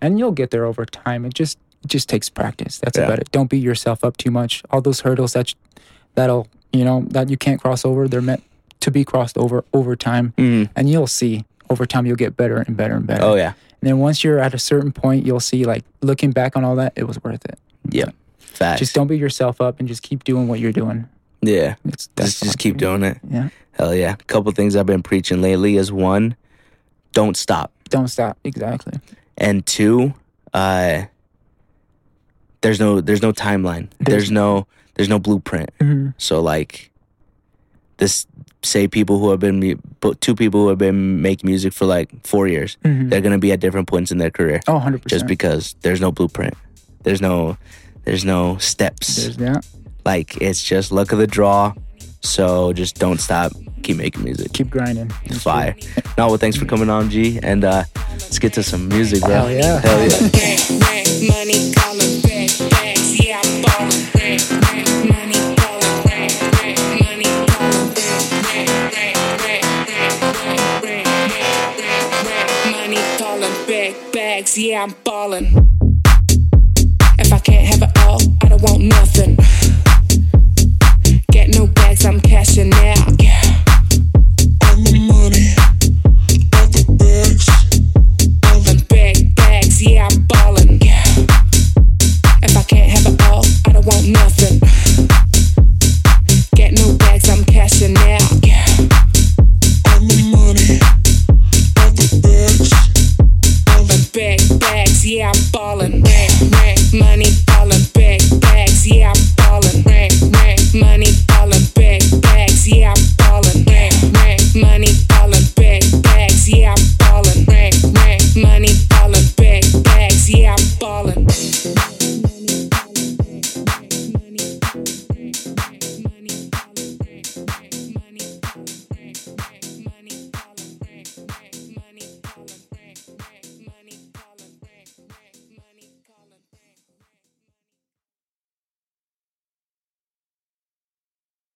Speaker 4: and you'll get there over time. It just it just takes practice. That's
Speaker 3: Yeah.
Speaker 4: about it. Don't beat yourself up too much. All those hurdles that you- that'll you know that you can't cross over, they're meant to be crossed over over time,
Speaker 3: Mm.
Speaker 4: and you'll see over time you'll get better and better and better.
Speaker 3: Oh yeah,
Speaker 4: And then once you're at a certain point, you'll see like looking back on all that, it was worth it.
Speaker 3: yeah, facts.
Speaker 4: Just don't beat yourself up and just keep doing what you're doing.
Speaker 3: yeah,
Speaker 4: It's,
Speaker 3: just
Speaker 4: all.
Speaker 3: just keep doing it.
Speaker 4: Yeah,
Speaker 3: Hell yeah. couple things I've been preaching lately is one, don't stop.
Speaker 4: don't stop. Exactly.
Speaker 3: and two uh there's no there's no timeline there's no there's no blueprint
Speaker 4: Mhm.
Speaker 3: so like this say people who have been mu- bu- two people who have been making music for like four years they're gonna be at different points in their career
Speaker 4: Mm-hmm. Oh, 100 percent.
Speaker 3: just because there's no blueprint there's no there's no steps
Speaker 4: There's that.
Speaker 3: like it's just luck of the draw so just don't stop keep making music
Speaker 4: Keep grinding.
Speaker 3: fire no well thanks for coming on g and uh let's get to some music bro
Speaker 4: Hell yeah.
Speaker 3: hell yeah
Speaker 5: Back, back, money, calling back, backs. Yeah, I ball. Back, back, money, calling back, back, money, calling back, back, back, back, back, back, back, back, back, money, calling back, backs. Yeah, I'm ballin'.